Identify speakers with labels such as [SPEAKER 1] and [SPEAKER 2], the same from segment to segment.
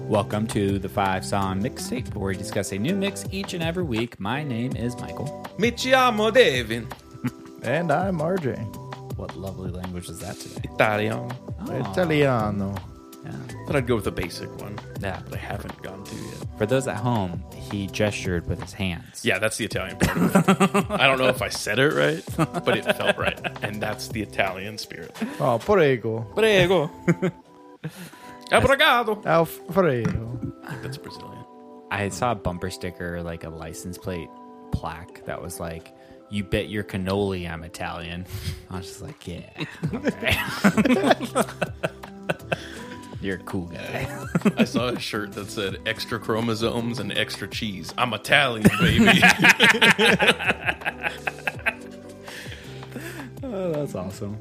[SPEAKER 1] Welcome to the Five Song Mixtape, where we discuss a new mix each and every week. My name is Michael.
[SPEAKER 2] Mi chiamo Devin.
[SPEAKER 3] And I'm RJ.
[SPEAKER 1] What lovely language is that today?
[SPEAKER 2] Italian.
[SPEAKER 3] Italiano.
[SPEAKER 2] Thought I'd go with the basic one.
[SPEAKER 1] Yeah.
[SPEAKER 2] But I haven't gone through yet.
[SPEAKER 1] For those at home, he gestured with his hands.
[SPEAKER 2] Yeah, that's the Italian part. Of it. I don't know if I said it right, but it felt right. And that's the Italian spirit.
[SPEAKER 3] Oh, prego.
[SPEAKER 2] Prego. Abrogado.
[SPEAKER 3] Alfredo.
[SPEAKER 2] That's Brazilian.
[SPEAKER 1] I saw a bumper sticker, like a license plate plaque, that was like, "You bet your cannoli I'm Italian." I was just like, "Yeah, okay." you're a cool guy."
[SPEAKER 2] I saw a shirt that said extra chromosomes and extra cheese. I'm Italian, baby.
[SPEAKER 1] Oh, that's awesome.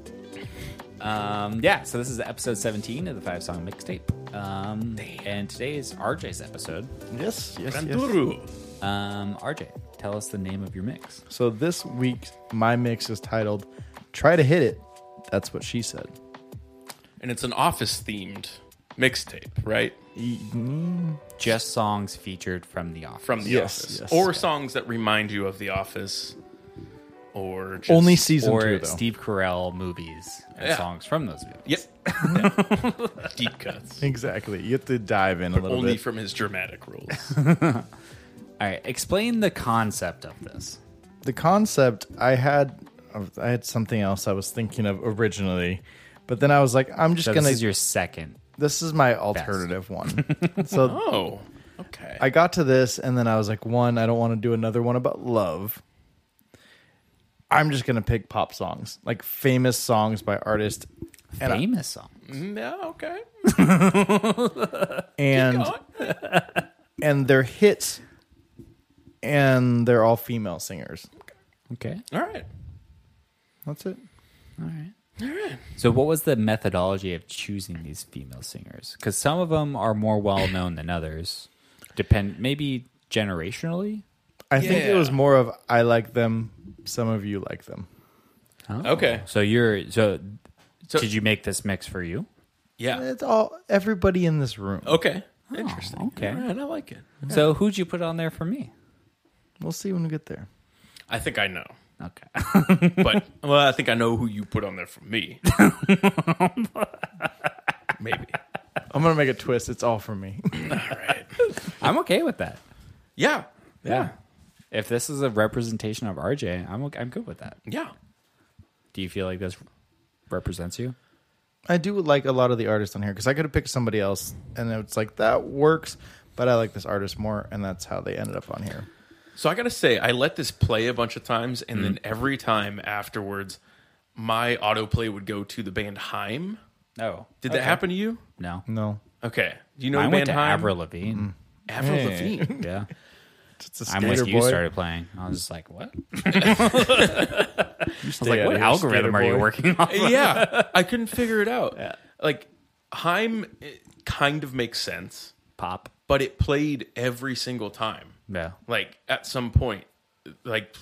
[SPEAKER 1] Um, yeah, so this is episode 17 of the five song mixtape. Um, and today is RJ's episode.
[SPEAKER 3] Yes, yes, yes.
[SPEAKER 2] Anduru.
[SPEAKER 1] Um, RJ, tell us the name of your mix.
[SPEAKER 3] So this week, my mix is titled Try to Hit It. That's what she said.
[SPEAKER 2] And it's an office themed mixtape, right?
[SPEAKER 1] Just songs featured from The Office.
[SPEAKER 2] From The
[SPEAKER 3] Yes,
[SPEAKER 2] Office.
[SPEAKER 3] yes.
[SPEAKER 2] Or songs that remind you of The Office. Or just.
[SPEAKER 3] Only season
[SPEAKER 1] or
[SPEAKER 3] two, though.
[SPEAKER 1] Steve Carell movies and
[SPEAKER 2] Yeah.
[SPEAKER 1] songs from those movies.
[SPEAKER 2] Yep. Deep cuts.
[SPEAKER 3] Exactly. You have to dive in a little
[SPEAKER 2] Only
[SPEAKER 3] bit.
[SPEAKER 2] from his dramatic roles.
[SPEAKER 1] All right, explain the concept of this.
[SPEAKER 3] the concept, I had, I had something else I was thinking of originally, but then I was like, I'm just
[SPEAKER 1] So
[SPEAKER 3] gonna.
[SPEAKER 1] this is your second.
[SPEAKER 3] this is my alternative one. so
[SPEAKER 2] Oh, okay.
[SPEAKER 3] I got to this, and then I was like, one, I don't want to do another one about love. I'm just gonna pick pop songs, like famous songs by artists, and I-
[SPEAKER 1] Famous song.
[SPEAKER 2] Mm, yeah, okay.
[SPEAKER 3] and and they're hits, and they're all female singers.
[SPEAKER 1] Okay.
[SPEAKER 2] All right.
[SPEAKER 3] That's it.
[SPEAKER 1] All right. So, what was the methodology of choosing these female singers? Because some of them are more well known than others. Depend, maybe generationally.
[SPEAKER 3] I think it was
[SPEAKER 2] Yeah.
[SPEAKER 3] more of I like them, some of you like them.
[SPEAKER 2] Okay.
[SPEAKER 1] So you're so,
[SPEAKER 2] So-
[SPEAKER 1] Did you make this mix for you?
[SPEAKER 2] Yeah.
[SPEAKER 3] It's all everybody in this room.
[SPEAKER 2] Okay. Interesting.
[SPEAKER 1] okay.
[SPEAKER 2] All right, I like it.
[SPEAKER 1] So who'd you put on there for me?
[SPEAKER 3] We'll see when we get there.
[SPEAKER 2] I think I know.
[SPEAKER 1] Okay.
[SPEAKER 2] But well, I think I know who you put on there for me. Maybe.
[SPEAKER 3] I'm gonna make a twist. It's all for me.
[SPEAKER 2] All right.
[SPEAKER 1] I'm okay with that.
[SPEAKER 2] Yeah.
[SPEAKER 1] Yeah. If this is a representation of RJ, I'm okay, I'm good with that.
[SPEAKER 2] Yeah.
[SPEAKER 1] Do you feel like this represents you?
[SPEAKER 3] I do like a lot of the artists on here because I could have picked somebody else, and it's like that works, but I like this artist more, and that's how they ended up on here.
[SPEAKER 2] So I gotta say, I let this play a bunch of times, and then every time afterwards, my autoplay would go to the band Heim.
[SPEAKER 1] No.
[SPEAKER 2] Did that happen to you?
[SPEAKER 1] No.
[SPEAKER 3] No,
[SPEAKER 2] Okay. Do you know
[SPEAKER 1] I
[SPEAKER 2] the
[SPEAKER 1] went
[SPEAKER 2] band
[SPEAKER 1] to
[SPEAKER 2] Haim?
[SPEAKER 1] Avril Lavigne.
[SPEAKER 2] Avril Lavigne.
[SPEAKER 1] Yeah.
[SPEAKER 3] it's a
[SPEAKER 1] I'm
[SPEAKER 3] skater
[SPEAKER 1] with you
[SPEAKER 3] boy.
[SPEAKER 1] started playing. I was just like, what?
[SPEAKER 3] I was
[SPEAKER 1] Like, what algorithm are you working on?
[SPEAKER 2] yeah, I couldn't figure it out. Like Heim it kind of makes sense,
[SPEAKER 1] Pop.
[SPEAKER 2] but it played every single time.
[SPEAKER 1] Yeah.
[SPEAKER 2] Like at some point, like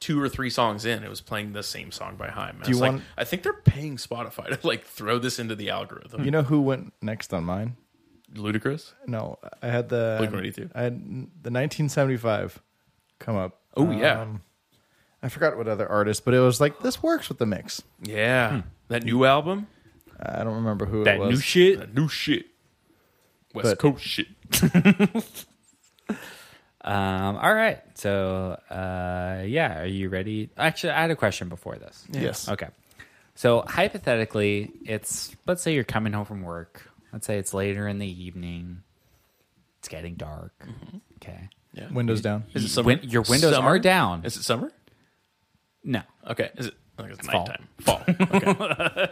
[SPEAKER 2] two or three songs in, it was playing the same song by Heim. Do
[SPEAKER 3] you
[SPEAKER 2] like,
[SPEAKER 3] want-
[SPEAKER 2] I think they're paying Spotify to like throw this into the algorithm.
[SPEAKER 3] You know who went next on mine?
[SPEAKER 2] Ludicrous.
[SPEAKER 1] Hmm.
[SPEAKER 3] No, I had the
[SPEAKER 2] Blink-182.
[SPEAKER 3] I had the 1975 come up. Um,
[SPEAKER 2] Oh yeah,
[SPEAKER 3] I forgot what other artist, but it was like this works with the mix.
[SPEAKER 2] yeah. That new album,
[SPEAKER 3] I don't remember who
[SPEAKER 1] That
[SPEAKER 3] it was.
[SPEAKER 1] new shit.
[SPEAKER 2] that new shit, West
[SPEAKER 3] But-
[SPEAKER 2] Coast shit.
[SPEAKER 1] Um, all right. So, uh, yeah, are you ready? Actually, I had a question before this.
[SPEAKER 3] Yes.
[SPEAKER 1] Okay. So, hypothetically, it's let's say you're coming home from work. Let's say it's later in the evening. It's getting dark. Okay.
[SPEAKER 2] Yeah.
[SPEAKER 3] Windows down.
[SPEAKER 2] is it
[SPEAKER 1] Y-
[SPEAKER 2] summer?
[SPEAKER 1] win- your windows
[SPEAKER 2] Summer?
[SPEAKER 1] are down.
[SPEAKER 2] Is it summer?
[SPEAKER 1] No.
[SPEAKER 2] Okay. Is it? I think it's
[SPEAKER 1] fall.
[SPEAKER 2] nighttime. Fall. Okay.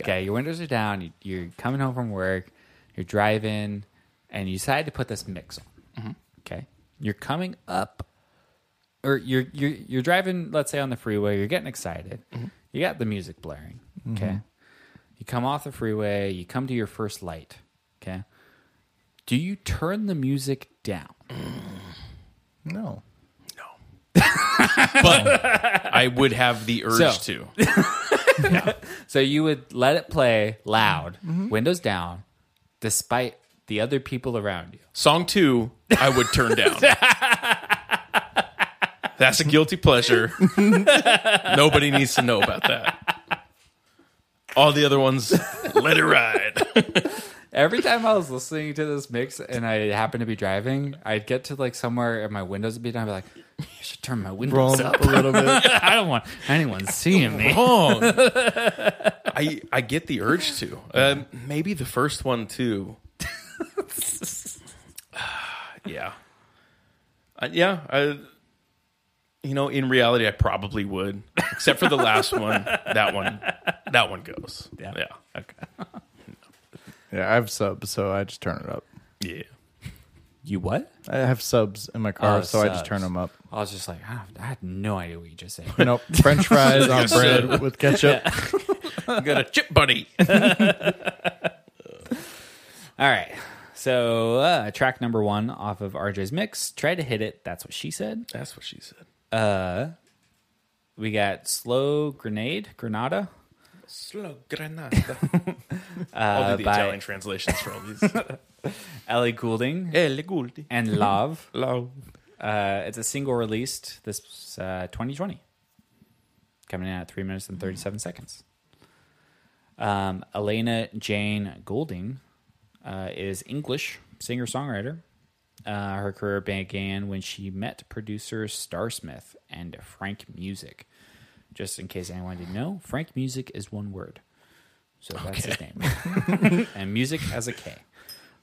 [SPEAKER 1] Okay. Your windows are down. You, you're coming home from work. You're driving, and you decide to put this mix on. Okay. You're coming up, or you're you're you're driving. Let's say on the freeway. You're getting excited. You got the music blaring. Okay. You come off the freeway. You come to your first light. Okay. Do you turn the music down?
[SPEAKER 3] No.
[SPEAKER 2] but I would have the urge
[SPEAKER 1] So-
[SPEAKER 2] to.
[SPEAKER 1] So you would let it play loud, windows down, despite the other people around you.
[SPEAKER 2] Song two, I would turn down. That's a guilty pleasure. Nobody needs to know about that. All the other ones, let it ride.
[SPEAKER 1] Every time I was listening to this mix and I happened to be driving, I'd get to like somewhere and my windows would be down. I'd be like, I should turn my windows
[SPEAKER 3] Rolling
[SPEAKER 1] up.
[SPEAKER 3] up a little bit.
[SPEAKER 1] I don't want anyone seeing me.
[SPEAKER 2] Wrong. I I get the urge to. Um, maybe the first one too. yeah. Uh, yeah. I, you know, in reality, I probably would, except for the last one. That one, that one goes. Yeah. Yeah.
[SPEAKER 3] Yeah, I have subs, so I just turn it up.
[SPEAKER 2] Yeah.
[SPEAKER 1] You what?
[SPEAKER 3] I have subs in my car,
[SPEAKER 1] Oh,
[SPEAKER 3] so I just turn
[SPEAKER 1] subs.
[SPEAKER 3] them up.
[SPEAKER 1] I was just like, I, I had no idea what you just said.
[SPEAKER 3] Nope. French fries on bread with ketchup.
[SPEAKER 2] I got a chip buddy.
[SPEAKER 1] All right. So, uh, track number one off of RJ's mix, Try to Hit It. That's what she said.
[SPEAKER 2] That's what she said.
[SPEAKER 1] We got Slow Grenade, Granada.
[SPEAKER 2] Slow granada. I'll do the
[SPEAKER 1] by-
[SPEAKER 2] Italian translations for all these.
[SPEAKER 1] Ellie Goulding,
[SPEAKER 2] Eh, le guldi.
[SPEAKER 1] and Love.
[SPEAKER 2] Hello.
[SPEAKER 1] Uh, it's a single released this uh, 2020, coming in at three minutes and 37 seconds. Um, Elena Jane Goulding uh, is English singer songwriter. Uh, her career began when she met producer Starsmith and Frank Music. Just in case anyone didn't know, Frank Music is one word. So that's his name. and music has a K.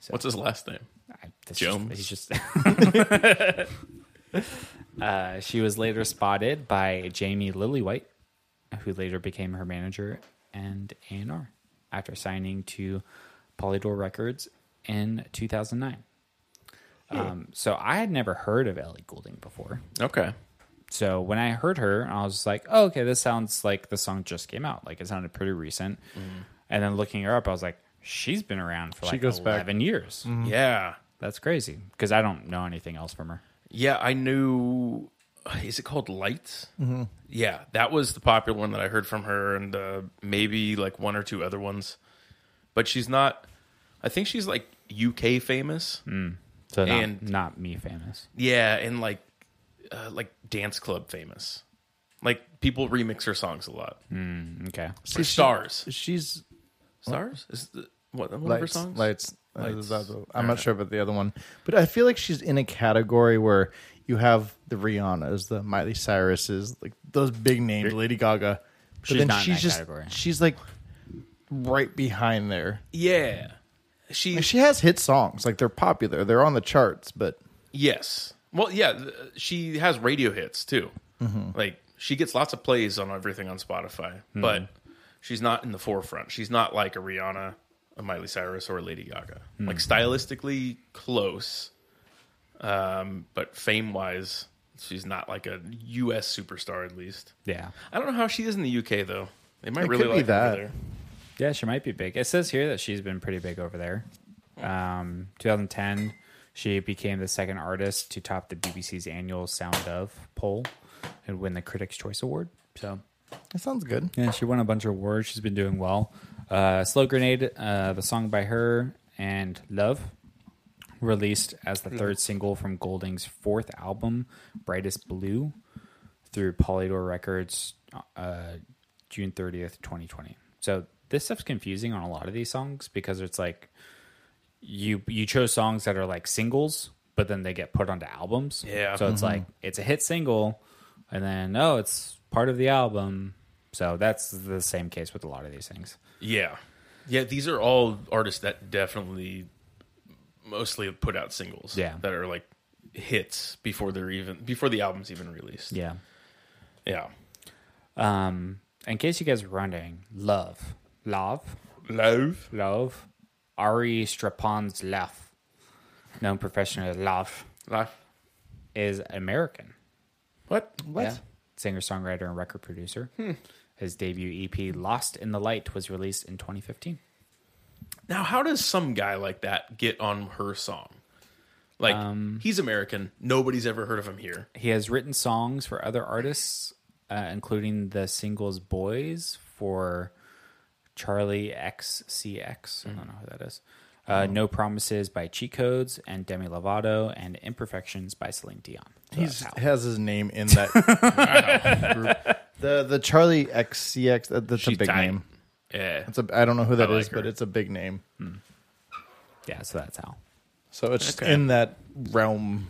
[SPEAKER 2] What's his last name?
[SPEAKER 1] I- that's
[SPEAKER 2] Jones.
[SPEAKER 1] Just, he's just. uh, she was later spotted by Jamie Lillywhite, who later became her manager and A and R after signing to Polydor Records in 2009.
[SPEAKER 3] Hmm.
[SPEAKER 1] Um, so I had never heard of Ellie Goulding before.
[SPEAKER 2] Okay.
[SPEAKER 1] So when I heard her, I was like, oh, okay, this sounds like the song just came out. Like it sounded pretty recent. And then looking her up, I was like, she's been around for like
[SPEAKER 3] Hmm. goes back-
[SPEAKER 1] 11 years.
[SPEAKER 2] Mm. Yeah.
[SPEAKER 1] That's crazy because I don't know anything else from her.
[SPEAKER 2] Yeah, I knew. uh, Is it called Lights? Mm-hmm. Yeah, that was the popular one that I heard from her, and uh, maybe like one or two other ones. But she's not. I think she's like UK famous.
[SPEAKER 1] So not,
[SPEAKER 2] And-
[SPEAKER 1] not me famous.
[SPEAKER 2] Yeah, and like uh, like dance club famous. Like people remix her songs a lot.
[SPEAKER 1] Okay.
[SPEAKER 2] Or stars,
[SPEAKER 3] She's
[SPEAKER 2] stars is the, what one of her
[SPEAKER 3] lights.
[SPEAKER 2] songs?
[SPEAKER 3] Lights. Uh,
[SPEAKER 2] Lights.
[SPEAKER 3] that- I'm not sure about the other one, but I feel like she's in a category where you have the Rihannas, the Miley Cyruses, like those big names, Lady Gaga. But
[SPEAKER 1] She's
[SPEAKER 3] then
[SPEAKER 1] not in
[SPEAKER 3] she's
[SPEAKER 1] that
[SPEAKER 3] just
[SPEAKER 1] category.
[SPEAKER 3] she's like right behind there.
[SPEAKER 2] Yeah, she
[SPEAKER 3] Like, she has hit songs, like they're popular, they're on the charts, but
[SPEAKER 2] Yes. Well, yeah, th- she has radio hits too.
[SPEAKER 3] Mm-hmm.
[SPEAKER 2] Like she gets lots of plays on everything on Spotify, but she's not in the forefront. She's not like a Rihanna, a Miley Cyrus, or a Lady Gaga. Like
[SPEAKER 3] Mm-hmm.
[SPEAKER 2] stylistically close, um, but fame wise, she's not like a U.S. superstar at least.
[SPEAKER 1] Yeah.
[SPEAKER 2] I don't know how she is in the U.K. though. They might
[SPEAKER 3] It
[SPEAKER 2] really
[SPEAKER 3] could be
[SPEAKER 2] like her over
[SPEAKER 3] that.
[SPEAKER 2] there.
[SPEAKER 1] Yeah, she might be big. It says here that she's been pretty big over there. Um, 2010, she became the second artist to top the BBC's annual Sound of poll and win the Critics' Choice Award. So,
[SPEAKER 3] it sounds good.
[SPEAKER 1] yeah, she won a bunch of awards. She's been doing well. Uh, Slow Grenade, uh, the song by her, and Love, released as the third single from Golding's fourth album, Brightest Blue, through Polydor Records, uh, June 30th, 2020. So this stuff's confusing on a lot of these songs because it's like you you chose songs that are like singles, but then they get put onto albums.
[SPEAKER 2] Yeah.
[SPEAKER 1] So it's like it's a hit single, and then oh, it's part of the album. So that's the same case with a lot of these things.
[SPEAKER 2] Yeah. Yeah, these are all artists that definitely mostly have put out singles.
[SPEAKER 1] Yeah.
[SPEAKER 2] That are like hits before they're even before the album's even released.
[SPEAKER 1] Yeah.
[SPEAKER 2] Yeah.
[SPEAKER 1] Um, in case you guys were wondering, love, love.
[SPEAKER 2] Love.
[SPEAKER 1] Love. Ari Strapon's Love, known professionally as Love,
[SPEAKER 2] Love.
[SPEAKER 1] is American.
[SPEAKER 2] What?
[SPEAKER 3] What? Hmm.
[SPEAKER 1] Yeah. Singer, songwriter, and record producer. His debut EP, Lost in the Light, was released in 2015.
[SPEAKER 2] Now how does some guy like that get on her song? Like he's American. Nobody's ever heard of him here.
[SPEAKER 1] He has written songs for other artists, uh, including the singles
[SPEAKER 3] Hmm.
[SPEAKER 1] Boys for Charlie XCX. I don't know who that is.
[SPEAKER 3] Oh.
[SPEAKER 1] uh, No Promises by Cheat Codes, and Demi Lovato, and Imperfections by Celine Dion. So
[SPEAKER 3] He
[SPEAKER 1] that's how-
[SPEAKER 3] has his name in that group. The the Charlie XCX that, uh, that's a
[SPEAKER 2] She's
[SPEAKER 3] big
[SPEAKER 2] tight.
[SPEAKER 3] name.
[SPEAKER 2] Yeah.
[SPEAKER 3] It's a I don't know who that is,
[SPEAKER 2] like her.
[SPEAKER 3] but it's a big name.
[SPEAKER 1] yeah, so that's how.
[SPEAKER 3] So it's just
[SPEAKER 2] Okay.
[SPEAKER 3] in that realm.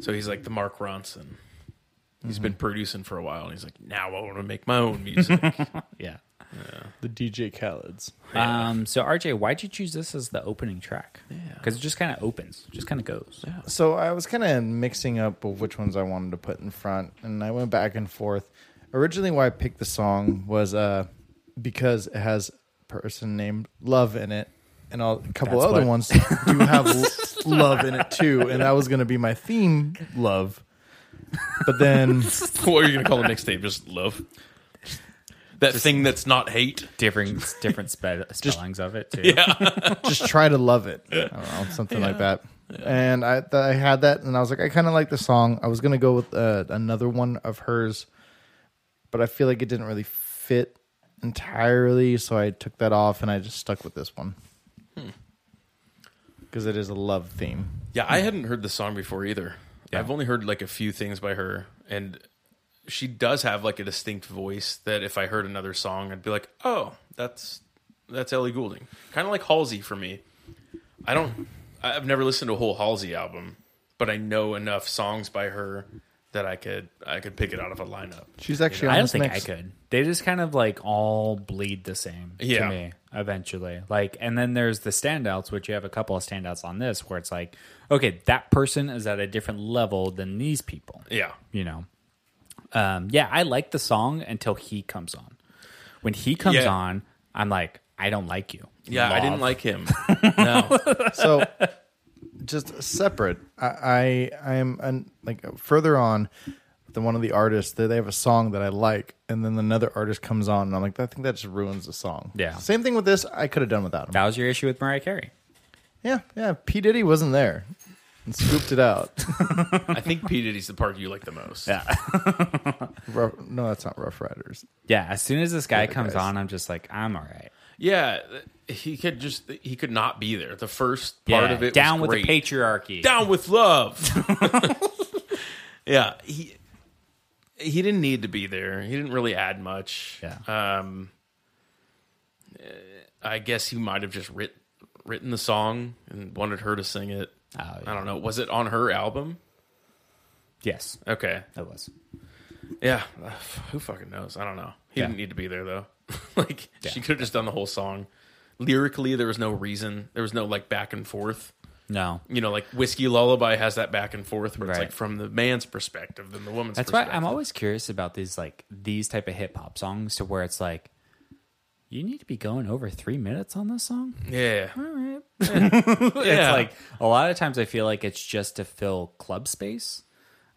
[SPEAKER 2] So he's like the Mark Ronson. He's been producing for a while, and he's like, now I want to make my own music.
[SPEAKER 1] Yeah.
[SPEAKER 3] The DJ Khaled's.
[SPEAKER 1] Um, so RJ, why'd you choose this as the opening track? Yeah, because it just kind of opens, just kind of goes. Yeah.
[SPEAKER 3] So I was kind of mixing up of which ones I wanted to put in front, and I went back and forth. Originally, why I picked the song was uh, because it has a person named Love in it, and all, a couple
[SPEAKER 1] That's
[SPEAKER 3] other
[SPEAKER 1] what-
[SPEAKER 3] ones do have l- Love in it too, and that was going to be my theme, Love. But then
[SPEAKER 2] what are you gonna call the mixtape? Just love. That thing that's not hate.
[SPEAKER 1] Different different spe- spellings of it too.
[SPEAKER 3] just try to love it. I don't know, something like that. And I, th- I had that, and I was like, I kind of like the song. I was gonna go with uh, another one of hers, but I feel like it didn't really fit entirely, so I took that off and I just stuck with this one
[SPEAKER 1] Hmm.
[SPEAKER 3] because it is a love theme.
[SPEAKER 2] Yeah, I hadn't heard the song before either. I've only heard like a few things by her, and she does have like a distinct voice that if I heard another song, I'd be like, oh, that's that's Ellie Goulding. Kind of like Halsey for me. I don't. I've never listened to a whole Halsey album, but I know enough songs by her that I could I could pick it out of a lineup.
[SPEAKER 3] She's actually
[SPEAKER 1] I
[SPEAKER 3] on
[SPEAKER 1] don't
[SPEAKER 3] this
[SPEAKER 1] think
[SPEAKER 3] mix.
[SPEAKER 1] I could. They just kind of like all bleed the same to
[SPEAKER 2] Yeah.
[SPEAKER 1] me eventually. Like, and then there's the standouts, which you have a couple of standouts on this, where it's like, okay, that person is at a different level than these people.
[SPEAKER 2] Yeah,
[SPEAKER 1] You know, um, yeah, I like the song until he comes on. When he comes
[SPEAKER 2] Yeah.
[SPEAKER 1] on, I'm like, I don't like you.
[SPEAKER 2] yeah. I
[SPEAKER 1] Love.
[SPEAKER 2] didn't like him. no,
[SPEAKER 3] so just separate i i I am an, like further on than one of the artists that they have a song that i like and then another artist comes on and i'm like i think that just ruins the song
[SPEAKER 1] Yeah.
[SPEAKER 3] same thing with this i could have done without him
[SPEAKER 1] That was your issue with Mariah Carey.
[SPEAKER 3] yeah yeah p diddy wasn't there and scooped it out
[SPEAKER 2] I think P Diddy's the part you like the most. Yeah,
[SPEAKER 3] Rough- no that's not rough riders
[SPEAKER 1] Yeah, as soon as this guy comes
[SPEAKER 3] guys.
[SPEAKER 1] on, I'm just like, I'm all right.
[SPEAKER 2] yeah. He could just he could not be there. The first
[SPEAKER 1] Yeah,
[SPEAKER 2] part of it was
[SPEAKER 1] down with
[SPEAKER 2] great.
[SPEAKER 1] the patriarchy.
[SPEAKER 2] down with love. yeah, he he didn't need to be there. He didn't really add much.
[SPEAKER 1] Yeah.
[SPEAKER 2] Um, eh, I guess he might have just writ, written the song and wanted her to sing it.
[SPEAKER 1] Oh, yeah.
[SPEAKER 2] I don't know. Was it on her album?
[SPEAKER 1] Yes,
[SPEAKER 2] Okay.
[SPEAKER 1] that was.
[SPEAKER 2] Yeah. Ugh, Who fucking knows? I don't know. He
[SPEAKER 1] Yeah.
[SPEAKER 2] didn't need to be there though. like she could have just done the whole song. Lyrically, there was no reason. There was no like back and forth.
[SPEAKER 1] No,
[SPEAKER 2] you know, like Whiskey Lullaby has that back and forth where it's
[SPEAKER 1] Right.
[SPEAKER 2] like from the man's perspective than the woman's
[SPEAKER 1] That's why
[SPEAKER 2] perspective.
[SPEAKER 1] I'm always curious about these like these type of hip hop songs to where it's like you need to be going over three minutes on this song.
[SPEAKER 2] Yeah.
[SPEAKER 1] It's like a lot of times I feel like it's just to fill club space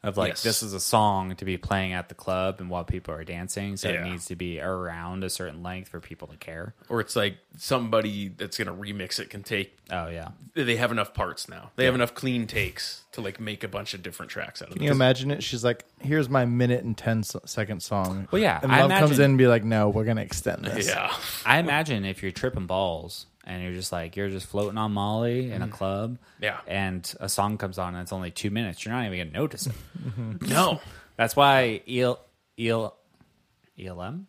[SPEAKER 1] of like
[SPEAKER 2] Yes.
[SPEAKER 1] this is a song to be playing at the club and while people are dancing, so
[SPEAKER 2] Yeah.
[SPEAKER 1] it needs to be around a certain length for people to care.
[SPEAKER 2] Or it's like somebody that's going to remix it can take.
[SPEAKER 1] Oh yeah,
[SPEAKER 2] They have enough parts now. They have enough clean takes to like make a bunch of different tracks out of
[SPEAKER 3] can you
[SPEAKER 2] it.
[SPEAKER 3] imagine it she's like here's my minute and 10 s- second song
[SPEAKER 1] Well, yeah,
[SPEAKER 3] and
[SPEAKER 1] I
[SPEAKER 3] love comes
[SPEAKER 1] imagine-
[SPEAKER 3] in and be like no we're gonna extend this
[SPEAKER 2] Yeah.
[SPEAKER 1] I imagine if you're tripping balls and you're just like you're just floating on Molly in a club,
[SPEAKER 2] Yeah.
[SPEAKER 1] and a song comes on and it's only two minutes, you're not even gonna notice it.
[SPEAKER 2] No.
[SPEAKER 1] That's why E EL, EL, ELM,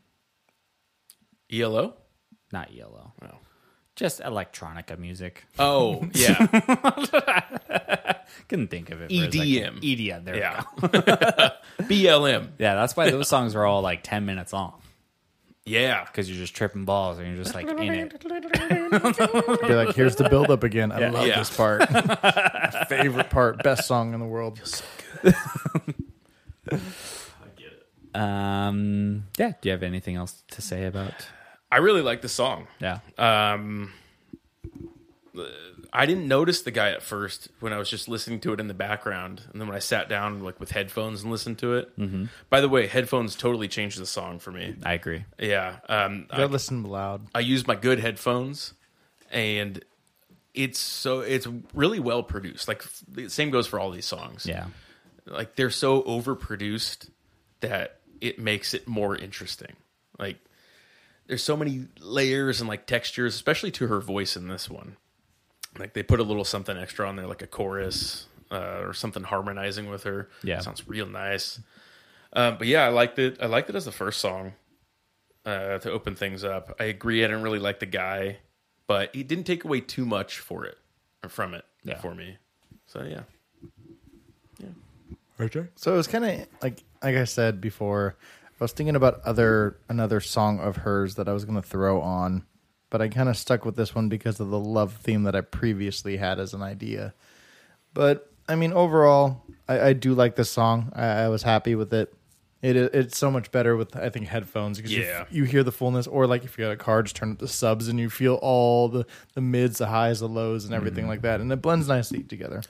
[SPEAKER 2] ELO?
[SPEAKER 1] not ELO,
[SPEAKER 2] No.
[SPEAKER 1] just electronica music.
[SPEAKER 2] Oh, yeah.
[SPEAKER 1] Couldn't think of it. for a
[SPEAKER 2] EDM.
[SPEAKER 1] second. EDM. There yeah.
[SPEAKER 2] yeah. BLM.
[SPEAKER 1] Yeah, that's why those songs are all like 10 minutes long
[SPEAKER 2] Yeah.
[SPEAKER 1] because you're just tripping balls and you're just like in it.
[SPEAKER 3] Be like, here's the build up again. I love
[SPEAKER 2] Yeah.
[SPEAKER 3] this part. Favorite part, best song in the world.
[SPEAKER 1] Um, yeah. Do you have anything else to say about?
[SPEAKER 2] I really like the song.
[SPEAKER 1] Yeah.
[SPEAKER 2] I didn't notice the guy at first when I was just listening to it in the background, and then when I sat down like with headphones and listened to it. Mm-hmm. By the way, headphones totally changed the song for me.
[SPEAKER 1] I agree.
[SPEAKER 2] Yeah, um,
[SPEAKER 3] I
[SPEAKER 2] I,
[SPEAKER 3] listen loud.
[SPEAKER 2] I use my good headphones, and it's so it's really well produced. Like f- the same goes for all these songs.
[SPEAKER 1] Yeah.
[SPEAKER 2] like they're so overproduced that it makes it more interesting. Like there's so many layers and like textures, especially to her voice in this one. like they put a little something extra on there, like a chorus uh, or something harmonizing with her.
[SPEAKER 1] Yeah.
[SPEAKER 2] sounds real nice. Um, but yeah, I liked it. I liked it as the first song uh, to open things up. I agree. I didn't really like the guy, but he didn't take away too much for it or from it
[SPEAKER 1] Yeah.
[SPEAKER 2] for me. So yeah,
[SPEAKER 3] So it was kind of like like I said before, I was thinking about other another song of hers that I was going to throw on, but I kind of stuck with this one because of the love theme that I previously had as an idea. But I mean, overall, I, I do like this song. I, I was happy with it. It i- it's so much better with I think headphones because you,
[SPEAKER 2] Yeah.
[SPEAKER 3] f- you hear the fullness, or like if you got a car, just turn up the subs and you feel all the the mids, the highs, the lows, and everything like that, and it blends nicely together.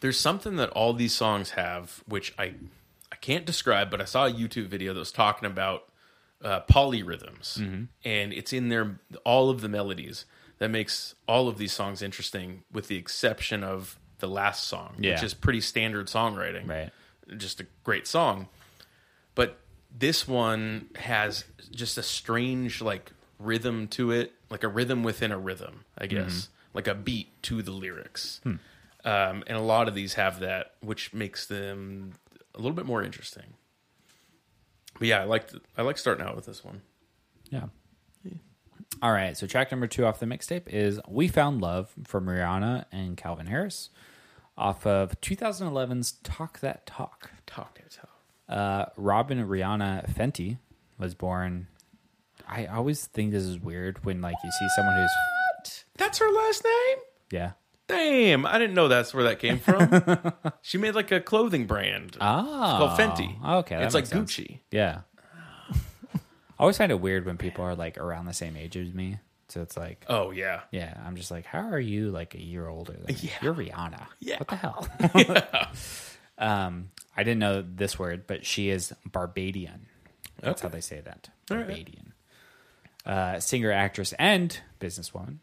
[SPEAKER 2] there's something that all these songs have, which I I can't describe, but I saw a YouTube video that was talking about uh, polyrhythms, and it's in there all of the melodies that makes all of these songs interesting, with the exception of the last song,
[SPEAKER 1] Yeah.
[SPEAKER 2] which is pretty standard songwriting,
[SPEAKER 1] Right.
[SPEAKER 2] Just a great song, but this one has just a strange like rhythm to it, like a rhythm within a rhythm, I
[SPEAKER 1] Mm-hmm.
[SPEAKER 2] guess, like a beat to the lyrics.
[SPEAKER 1] Hmm.
[SPEAKER 2] Um, and a lot of these have that, which makes them a little bit more interesting. But yeah, I like I like starting out with this one.
[SPEAKER 1] Yeah. All right. So track number two off the mixtape is "We Found Love" from Rihanna and Calvin Harris, off of 2011's "Talk That Talk."
[SPEAKER 2] Talk that talk.
[SPEAKER 1] Uh, Robin Rihanna Fenty was born. I always think this is weird when like you see someone who's
[SPEAKER 2] That's her last name.
[SPEAKER 1] yeah
[SPEAKER 2] Damn, I didn't know that's where that came from. she made like a clothing brand
[SPEAKER 1] oh
[SPEAKER 2] called Fenty.
[SPEAKER 1] Okay, that
[SPEAKER 2] it's like
[SPEAKER 1] makes sense.
[SPEAKER 2] Gucci.
[SPEAKER 1] Yeah. I always find it weird when people are like around the same age as me. So it's like,
[SPEAKER 2] Oh yeah,
[SPEAKER 1] yeah, I'm just like, how are you like a year older than me? You're Rihanna.
[SPEAKER 2] Yeah.
[SPEAKER 1] What the hell? um, I didn't know this word, but she is Barbadian. That's how they say that. Barbadian. Uh, singer, actress, and businesswoman.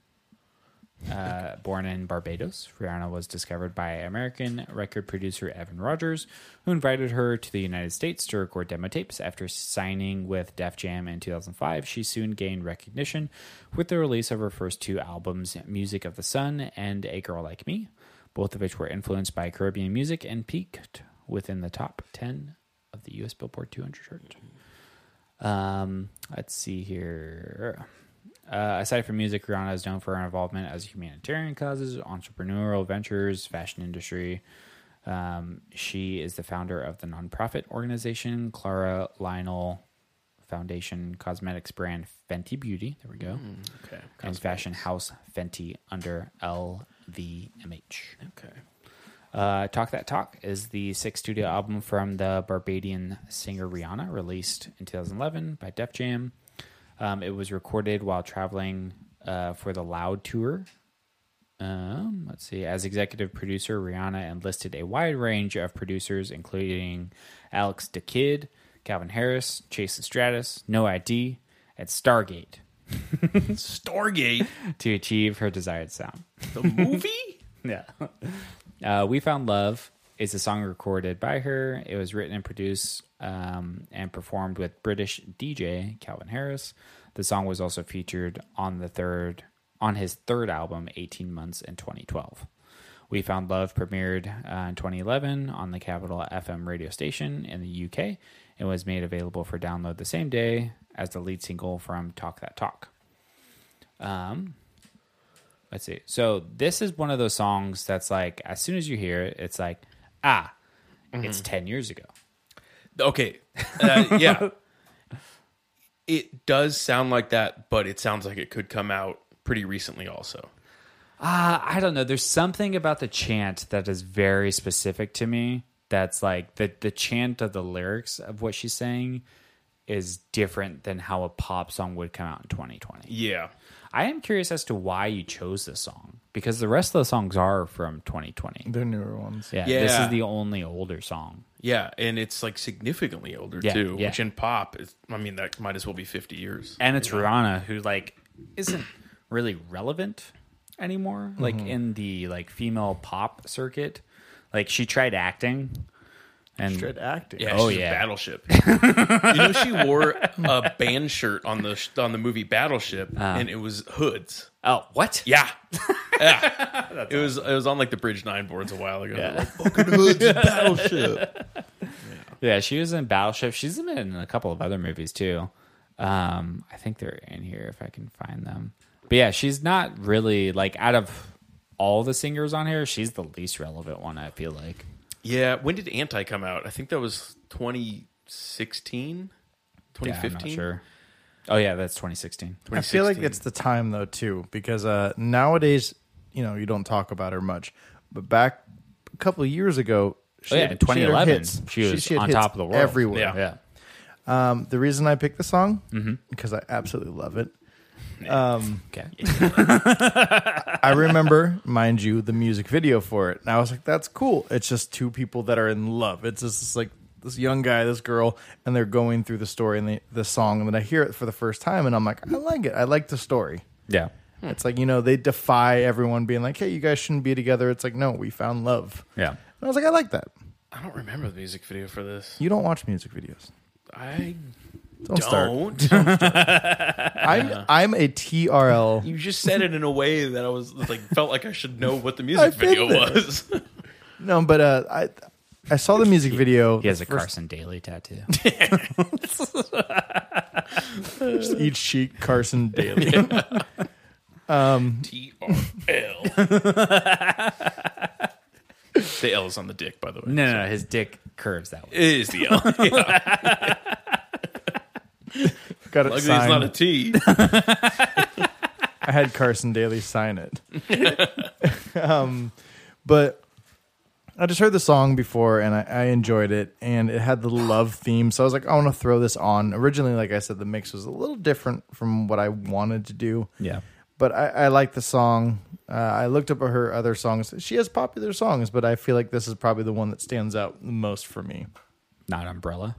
[SPEAKER 1] Uh, born in Barbados, Rihanna was discovered by American record producer Evan Rogers, who invited her to the United States to record demo tapes. After signing with Def Jam in 2005, she soon gained recognition with the release of her first two albums, Music of the Sun and A Girl Like Me, both of which were influenced by Caribbean music and peaked within the top 10 of the US Billboard 200 chart. Um, let's see here. Uh, aside from music, Rihanna is known for her involvement as humanitarian causes, entrepreneurial ventures, fashion industry. Um, she is the founder of the nonprofit organization Clara Lionel Foundation cosmetics brand Fenty Beauty. There we
[SPEAKER 2] Hmm.
[SPEAKER 1] go.
[SPEAKER 2] Oh, okay,
[SPEAKER 1] And fashion house Fenty under LVMH.
[SPEAKER 2] okay.
[SPEAKER 1] Uh, Talk That Talk is the sixth studio album from the Barbadian singer Rihanna, released in 2011 by Def Jam. Um, it was recorded while traveling uh, for the Loud Tour. Um, let's see. As executive producer, Rihanna enlisted a wide range of producers, including Alex DeKid, Calvin Harris, Jason Stratus, No ID, and Stargate,
[SPEAKER 2] Stargate,
[SPEAKER 1] to achieve her desired sound.
[SPEAKER 2] the movie.
[SPEAKER 1] Yeah. Uh, we Found Love is a song recorded by her. It was written and produced um, and performed with British DJ Calvin Harris. The song was also featured on the third on his third album, 18 Months in 2012. We Found Love premiered uh, in 2011 on the Capital FM radio station in the UK and was made available for download the same day as the lead single from Talk That Talk. Let's see. So this is one of those songs that's like, as soon as you hear it, it's like, ah, it's ten years ago.
[SPEAKER 2] Okay. Uh, yeah. It does sound like that, but it sounds like it could come out pretty recently also.
[SPEAKER 1] Uh, I don't know. There's something about the chant that is very specific to me. That's like the the chant of the lyrics of what she's saying is different than how a pop song would come out in 2020.
[SPEAKER 2] Yeah.
[SPEAKER 1] I am curious as to why you chose this song because the rest of the songs are from 2020.
[SPEAKER 3] They're newer ones.
[SPEAKER 1] Yeah, this
[SPEAKER 2] Yeah.
[SPEAKER 1] is the only older song.
[SPEAKER 2] Yeah, and it's like significantly older
[SPEAKER 1] Yeah,
[SPEAKER 2] too,
[SPEAKER 1] yeah.
[SPEAKER 2] which in pop is I mean that might as well be 50 years.
[SPEAKER 1] and it's Rihanna who like isn't really relevant anymore like in the like female pop circuit like she tried acting And
[SPEAKER 3] Good acting.
[SPEAKER 2] Yeah,
[SPEAKER 1] Oh,
[SPEAKER 2] she's
[SPEAKER 1] yeah.
[SPEAKER 2] a battleship. you know, she wore a band shirt on the on the movie Battleship, and it was hoods.
[SPEAKER 1] oh, what?
[SPEAKER 2] Yeah, yeah. it was it was on like the Bridge Nine boards a while ago. Like,
[SPEAKER 3] Battleship.
[SPEAKER 1] Yeah, she was in Battleship. She's been in a couple of other movies too. Um, I think they're in here if I can find them. But yeah, she's not really like out of all the singers on here, she's the least relevant one. I feel like.
[SPEAKER 2] yeah. When did Anti come out? I think that was 2016,
[SPEAKER 1] Yeah, I'm
[SPEAKER 2] 2015.
[SPEAKER 1] not sure. Oh yeah, that's 2016.
[SPEAKER 3] I feel like
[SPEAKER 2] 2016.
[SPEAKER 3] it's the time though too, because uh, nowadays, you know, you don't talk about her much, but back a couple of years ago, she
[SPEAKER 1] Oh, yeah,
[SPEAKER 3] had-
[SPEAKER 1] in
[SPEAKER 3] she had her
[SPEAKER 1] 2011,
[SPEAKER 3] hits.
[SPEAKER 1] she was
[SPEAKER 3] had
[SPEAKER 1] on
[SPEAKER 3] hits
[SPEAKER 1] top of the world.
[SPEAKER 3] everywhere.
[SPEAKER 2] Yeah.
[SPEAKER 1] Yeah. Mm-hmm.
[SPEAKER 3] Um, the reason I picked the song because I absolutely love it.
[SPEAKER 1] Okay.
[SPEAKER 3] I remember, mind you, the music video for it, and I was like, "That's cool." It's just two people that are in love. It's just this, like this young guy, this girl, and they're going through the story and the, the song, and then I hear it for the first time, and I'm like, "I like it. I like the story."
[SPEAKER 1] Yeah.
[SPEAKER 3] Hmm. It's like you know they defy everyone being like, "Hey, you guys shouldn't be together." It's like, no, we found love.
[SPEAKER 1] Yeah.
[SPEAKER 3] and I was like, I like that.
[SPEAKER 2] I don't remember the music video for this.
[SPEAKER 3] You don't watch music videos.
[SPEAKER 2] I
[SPEAKER 3] Don't, start.
[SPEAKER 2] don't.
[SPEAKER 3] I'm I'm a TRL.
[SPEAKER 2] You just said it in a way that I was like felt like I should know what the music
[SPEAKER 3] been
[SPEAKER 2] video
[SPEAKER 3] there.
[SPEAKER 2] was.
[SPEAKER 3] No, but uh, I I saw the music video.
[SPEAKER 1] He has a
[SPEAKER 3] the first-
[SPEAKER 1] Carson Daly tattoo.
[SPEAKER 3] Each cheek, Carson Daly.
[SPEAKER 2] T R L. The L is on the dick, by the way.
[SPEAKER 1] no, no, no, his dick curves that way.
[SPEAKER 2] It is the L. Yeah.
[SPEAKER 3] Got it
[SPEAKER 2] Luckily, it's
[SPEAKER 3] signed.
[SPEAKER 2] not a T.
[SPEAKER 3] I had Carson Daly sign it. um, but I just heard the song before and I, I enjoyed it, and it had the love theme. So I was like, I want to throw this on. Originally, like I said, the mix was a little different from what I wanted to do.
[SPEAKER 1] Yeah.
[SPEAKER 3] But I, I like the song. Uh, I looked up her other songs. She has popular songs, but I feel like this is probably the one that stands out the most for me.
[SPEAKER 1] Not umbrella.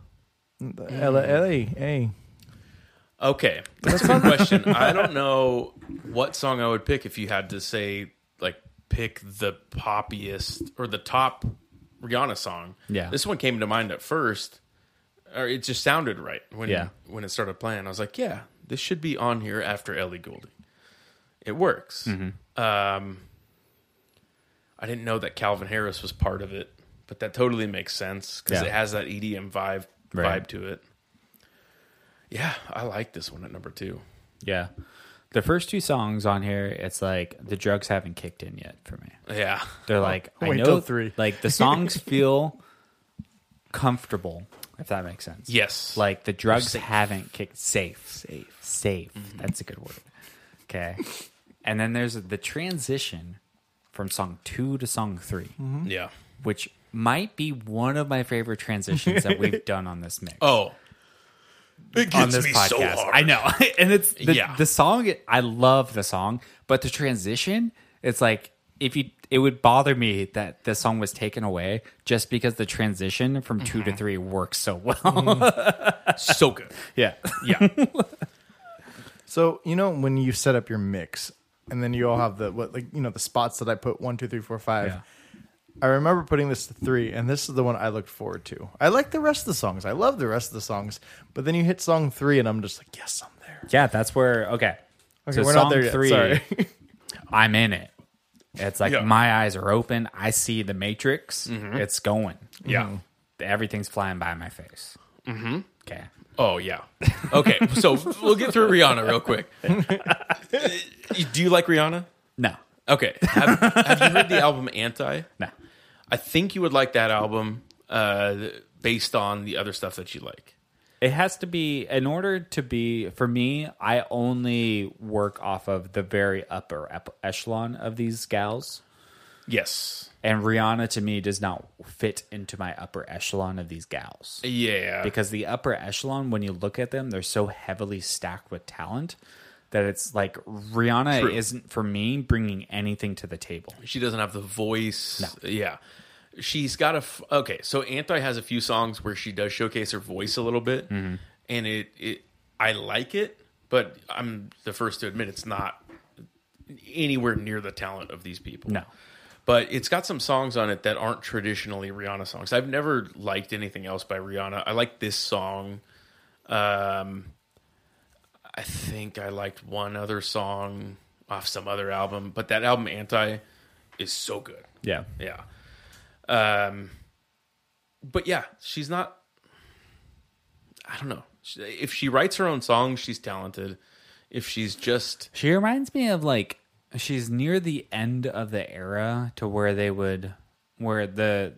[SPEAKER 3] The Ella, Ellie, hey.
[SPEAKER 2] Okay, that's a good question. I don't know what song I would pick if you had to say like pick the poppiest or the top Rihanna song.
[SPEAKER 1] Yeah.
[SPEAKER 2] this one came to mind at first, or it just sounded right when
[SPEAKER 1] Yeah.
[SPEAKER 2] when it started playing. I was like, yeah, this should be on here after Ellie Goulding. It works.
[SPEAKER 1] Mm-hmm.
[SPEAKER 2] Um, I didn't know that Calvin Harris was part of it, but that totally makes sense because
[SPEAKER 1] Yeah.
[SPEAKER 2] it has that EDM vibe
[SPEAKER 1] Right.
[SPEAKER 2] vibe to it. Yeah, I like this one at number two.
[SPEAKER 1] Yeah. The first two songs on here, it's like the drugs haven't kicked in yet for me.
[SPEAKER 2] Yeah.
[SPEAKER 1] They're like, I
[SPEAKER 3] wait
[SPEAKER 1] know
[SPEAKER 3] till three.
[SPEAKER 1] Like the songs feel comfortable, if that makes sense.
[SPEAKER 2] Yes.
[SPEAKER 1] Like the drugs haven't kicked safe. Safe. Mm-hmm. Safe. That's a good word. Okay. and then there's the transition from song two to song 3
[SPEAKER 2] Mm-hmm. yeah.
[SPEAKER 1] which might be one of my favorite transitions that we've done on this mix.
[SPEAKER 2] Oh. It
[SPEAKER 1] on this podcast. I know, and it's the,
[SPEAKER 2] Yeah.
[SPEAKER 1] the song. I love the song, but the transition. It's like if you, it would bother me that the song was taken away just because the transition from two to three works so well.
[SPEAKER 2] so good.
[SPEAKER 1] Yeah,
[SPEAKER 2] Yeah.
[SPEAKER 3] So you know when you set up your mix, and then you all have the what like you know the spots that I put one, two, three, four, five.
[SPEAKER 1] Yeah.
[SPEAKER 3] I remember putting this to three, and this is the one I looked forward to. I like the rest of the songs. I love the rest of the songs, but then you hit song three, and I'm just like, yes, I'm there.
[SPEAKER 1] yeah. That's where okay.
[SPEAKER 3] Okay,
[SPEAKER 1] so
[SPEAKER 3] we're
[SPEAKER 1] song
[SPEAKER 3] not there yet.
[SPEAKER 1] three,
[SPEAKER 3] Sorry.
[SPEAKER 1] I'm in it. It's like
[SPEAKER 2] Yeah.
[SPEAKER 1] my eyes are open. I see the Matrix. It's going.
[SPEAKER 2] Yeah.
[SPEAKER 1] Everything's flying by my face. Mm-hmm. Okay.
[SPEAKER 2] Oh yeah. Okay. So we'll get through Rihanna real quick. Do you like Rihanna?
[SPEAKER 1] No.
[SPEAKER 2] Okay. Have, have you heard the album Anti?
[SPEAKER 1] No.
[SPEAKER 2] I think you would like that album uh, based on the other stuff that you like.
[SPEAKER 1] It has to be in order to be for me. I only work off of the very upper ep- echelon of these gals,
[SPEAKER 2] Yes.
[SPEAKER 1] and Rihanna to me does not fit into my upper echelon of these gals
[SPEAKER 2] Yeah.
[SPEAKER 1] because the upper echelon, when you look at them, they're so heavily stacked with talent that it's like Rihanna
[SPEAKER 2] True.
[SPEAKER 1] isn't for me bringing anything to the table.
[SPEAKER 2] she doesn't have the voice. Yeah. She's got a f- okay. So Anti has a few songs where she does showcase her voice a little bit, and it it I like it, but I'm the first to admit it's not anywhere near the talent of these people.
[SPEAKER 1] No.
[SPEAKER 2] but it's got some songs on it that aren't traditionally Rihanna songs. I've never liked anything else by Rihanna. I like this song. Um, I think I liked one other song off some other album, but that album Anti is so good.
[SPEAKER 1] Yeah.
[SPEAKER 2] Yeah. Um, but yeah, she's not. I don't know. She- If she writes her own songs, she's talented. If she's just
[SPEAKER 1] She reminds me of like she's near the end of the era to where they would where the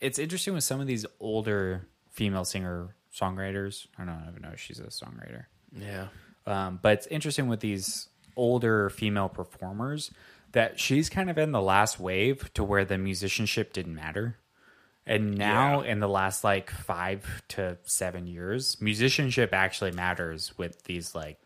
[SPEAKER 1] it's interesting with some of these older female singer songwriters. I don't even know if she's a songwriter.
[SPEAKER 2] yeah,
[SPEAKER 1] Um, but it's interesting with these older female performers that she's kind of in the last wave to where the musicianship didn't matter. And now in the last like five to seven years, musicianship actually matters with these like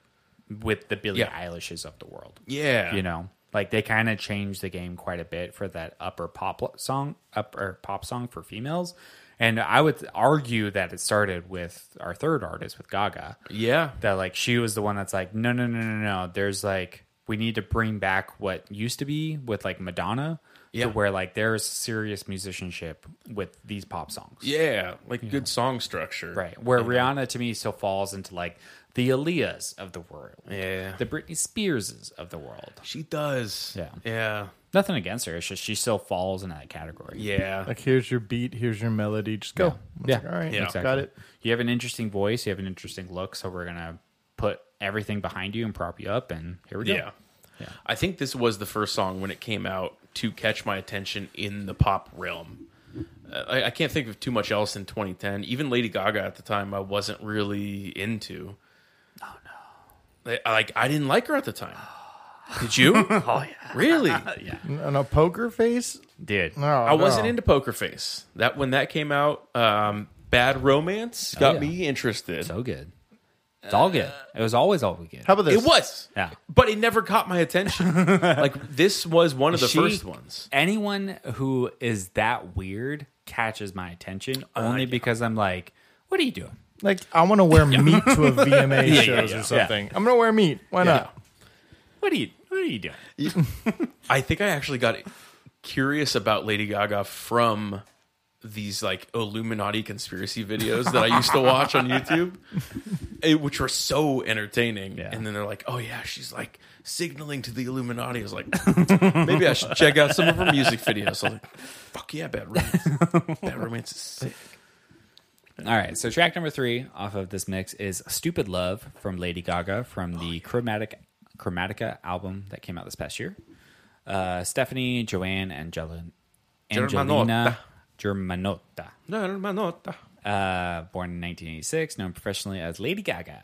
[SPEAKER 1] with the Billie
[SPEAKER 2] Yeah.
[SPEAKER 1] Eilishes of the world.
[SPEAKER 2] yeah,
[SPEAKER 1] You know, like they kind of changed the game quite a bit for that upper pop song, upper pop song for females. And I would argue that it started with our third artist with Gaga
[SPEAKER 2] yeah,
[SPEAKER 1] that like she was the one that's like no no no no no there's like we need to bring back what used to be with like madonna
[SPEAKER 2] Yeah.
[SPEAKER 1] to where like there's serious musicianship with these pop songs
[SPEAKER 2] yeah, like good song structure,
[SPEAKER 1] right where rihanna to me still falls into like the Aaliyahs of the world
[SPEAKER 2] Yeah,
[SPEAKER 1] the britney spearses of the world
[SPEAKER 2] she does.
[SPEAKER 1] Yeah.
[SPEAKER 2] yeah,
[SPEAKER 1] nothing against her it's just she still falls in that category
[SPEAKER 2] yeah.
[SPEAKER 3] Like here's your beat, here's your melody, just go. It's
[SPEAKER 1] Yeah.
[SPEAKER 3] like, all right,
[SPEAKER 2] Yeah.
[SPEAKER 3] yeah. got it.
[SPEAKER 1] you have an interesting voice you have an interesting look so we're gonna put everything behind you and prop you up and here we go
[SPEAKER 2] Yeah. I think this was the first song when it came out to catch my attention in the pop realm. Uh, I, I can't think of too much else in 2010. Even Lady Gaga at the time, I wasn't really into. Oh no! Like I didn't like her at the time. Did you? oh yeah. Really?
[SPEAKER 3] And a poker face?
[SPEAKER 1] dude
[SPEAKER 3] No,
[SPEAKER 2] I wasn't into Poker Face. That when that came out, um, Bad Romance got
[SPEAKER 1] yeah.
[SPEAKER 2] me interested.
[SPEAKER 1] so good it's all good it was always all good
[SPEAKER 3] How about this?
[SPEAKER 2] it was.
[SPEAKER 1] Yeah.
[SPEAKER 2] But it never caught my attention. like this was one of the
[SPEAKER 1] She-
[SPEAKER 2] first ones.
[SPEAKER 1] Anyone who is that weird catches my attention only because I'm like, what are you doing?
[SPEAKER 3] Like I want to wear meat to a VMA
[SPEAKER 2] yeah,
[SPEAKER 3] shows
[SPEAKER 2] yeah.
[SPEAKER 3] or something. I'm gonna wear meat. Why not?
[SPEAKER 1] What are you? What are you doing?
[SPEAKER 2] I think I actually got curious about Lady Gaga from these like Illuminati conspiracy videos that I used to watch on YouTube, eh, which were so entertaining.
[SPEAKER 1] Yeah.
[SPEAKER 2] And then they're like, "Oh yeah, she's like signaling to the Illuminati." I was like, "Maybe I should check out some of her music videos." I was like, "Fuck yeah, Bad Romance! Bad Romance is sick."
[SPEAKER 1] All right. So track number three off of this mix is "Stupid Love" from Lady Gaga from
[SPEAKER 3] Oh,
[SPEAKER 1] the Chromatic Chromatica album that came out this past year. Uh, Stephanie, Joanne, Angela, Angelina Germanotta,
[SPEAKER 2] No, no, no, no.
[SPEAKER 1] uh, born in 1986, known professionally as Lady Gaga,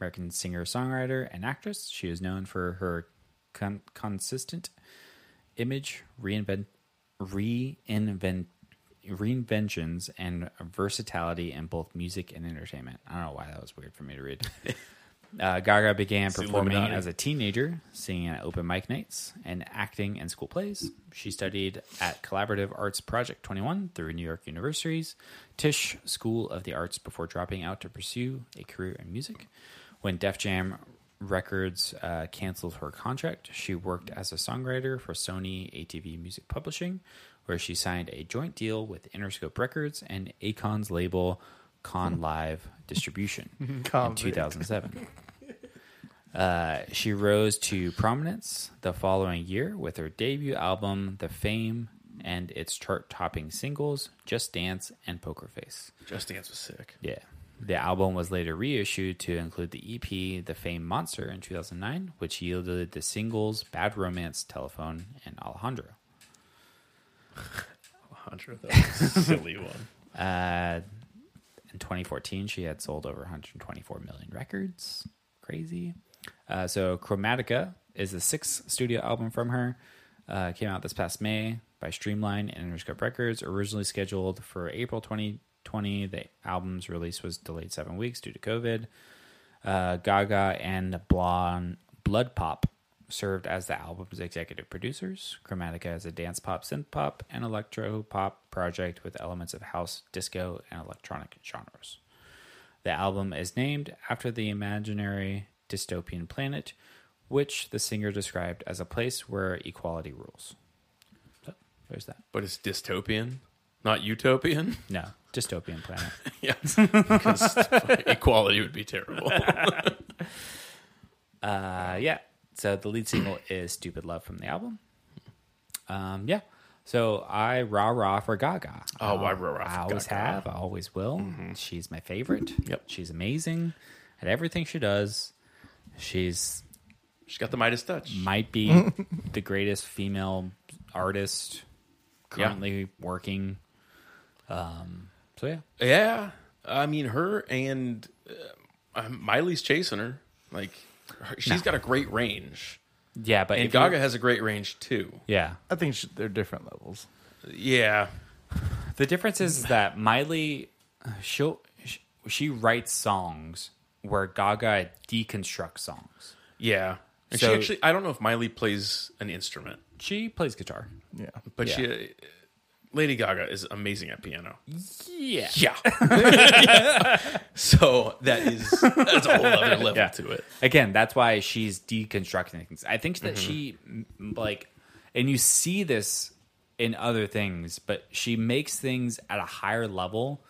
[SPEAKER 1] American singer, songwriter, and actress. She is known for her con- consistent image reinvent reinvent reinventions and versatility in both music and entertainment. I don't know why that was weird for me to read. Uh, Gaga began performing
[SPEAKER 2] Illuminati.
[SPEAKER 1] as a teenager, singing at open mic nights and acting in school plays. She studied at Collaborative Arts Project 21 through New York University's Tisch School of the Arts before dropping out to pursue a career in music. When Def Jam Records uh, canceled her contract, she worked as a songwriter for Sony ATV Music Publishing, where she signed a joint deal with Interscope Records and Acon's label Con Live Distribution in
[SPEAKER 3] Convict.
[SPEAKER 1] 2007. Uh, she rose to prominence the following year with her debut album, The Fame, and its chart topping singles, Just Dance and Poker Face.
[SPEAKER 2] Just Dance was sick.
[SPEAKER 1] Yeah. The album was later reissued to include the EP, The Fame Monster, in 2009, which yielded the singles Bad Romance, Telephone, and Alejandro.
[SPEAKER 2] Hunter, that was a silly one.
[SPEAKER 1] Uh, in 2014 she had sold over 124 million records crazy uh, so chromatica is the sixth studio album from her uh, came out this past may by streamline and interscope records originally scheduled for april 2020 the album's release was delayed seven weeks due to covid uh, Gaga and Blonde Blood Pop served as the album's executive producers. Chromatica is a dance pop, synth pop, and electro pop project with elements of house, disco, and electronic genres. The album is named after the imaginary dystopian planet, which the singer described as a place where equality rules. There's that.
[SPEAKER 2] but it's dystopian, not utopian.
[SPEAKER 1] No, dystopian planet.
[SPEAKER 2] yeah, because equality would be terrible.
[SPEAKER 1] Uh, yeah. So the lead single is "Stupid Love" from the album. Um, yeah. So I rah rah for Gaga.
[SPEAKER 2] Oh, I
[SPEAKER 1] Um,
[SPEAKER 2] rah, rah for
[SPEAKER 1] I always
[SPEAKER 2] Gaga. Mm-hmm.
[SPEAKER 1] have. I always will. She's my favorite.
[SPEAKER 2] Yep.
[SPEAKER 1] She's amazing at everything she does. She's
[SPEAKER 2] She's got the Midas touch.
[SPEAKER 1] might be the greatest female artist currently working. Um. So yeah.
[SPEAKER 2] Yeah, I mean her and uh, Miley's chasing her. Like her, she's got a great range,
[SPEAKER 1] Yeah, but
[SPEAKER 2] and
[SPEAKER 1] if you-
[SPEAKER 2] Gaga has a great range too.
[SPEAKER 1] Yeah.
[SPEAKER 3] I think sh they're different levels.
[SPEAKER 2] Yeah,
[SPEAKER 1] The difference is that Miley, she'll, she she writes songs where Gaga deconstructs songs.
[SPEAKER 2] yeah. And
[SPEAKER 1] So-
[SPEAKER 2] she actually, I don't know if Miley plays an instrument,
[SPEAKER 1] She plays guitar.
[SPEAKER 3] Yeah.
[SPEAKER 2] but she, uh, Lady Gaga is amazing at piano.
[SPEAKER 1] Yeah.
[SPEAKER 2] Yeah. So that is that's a whole other level
[SPEAKER 1] Yeah.
[SPEAKER 2] to it.
[SPEAKER 1] Again, that's why she's deconstructing things. I think that she m- like, and you see this in other things, but she makes things at a higher level,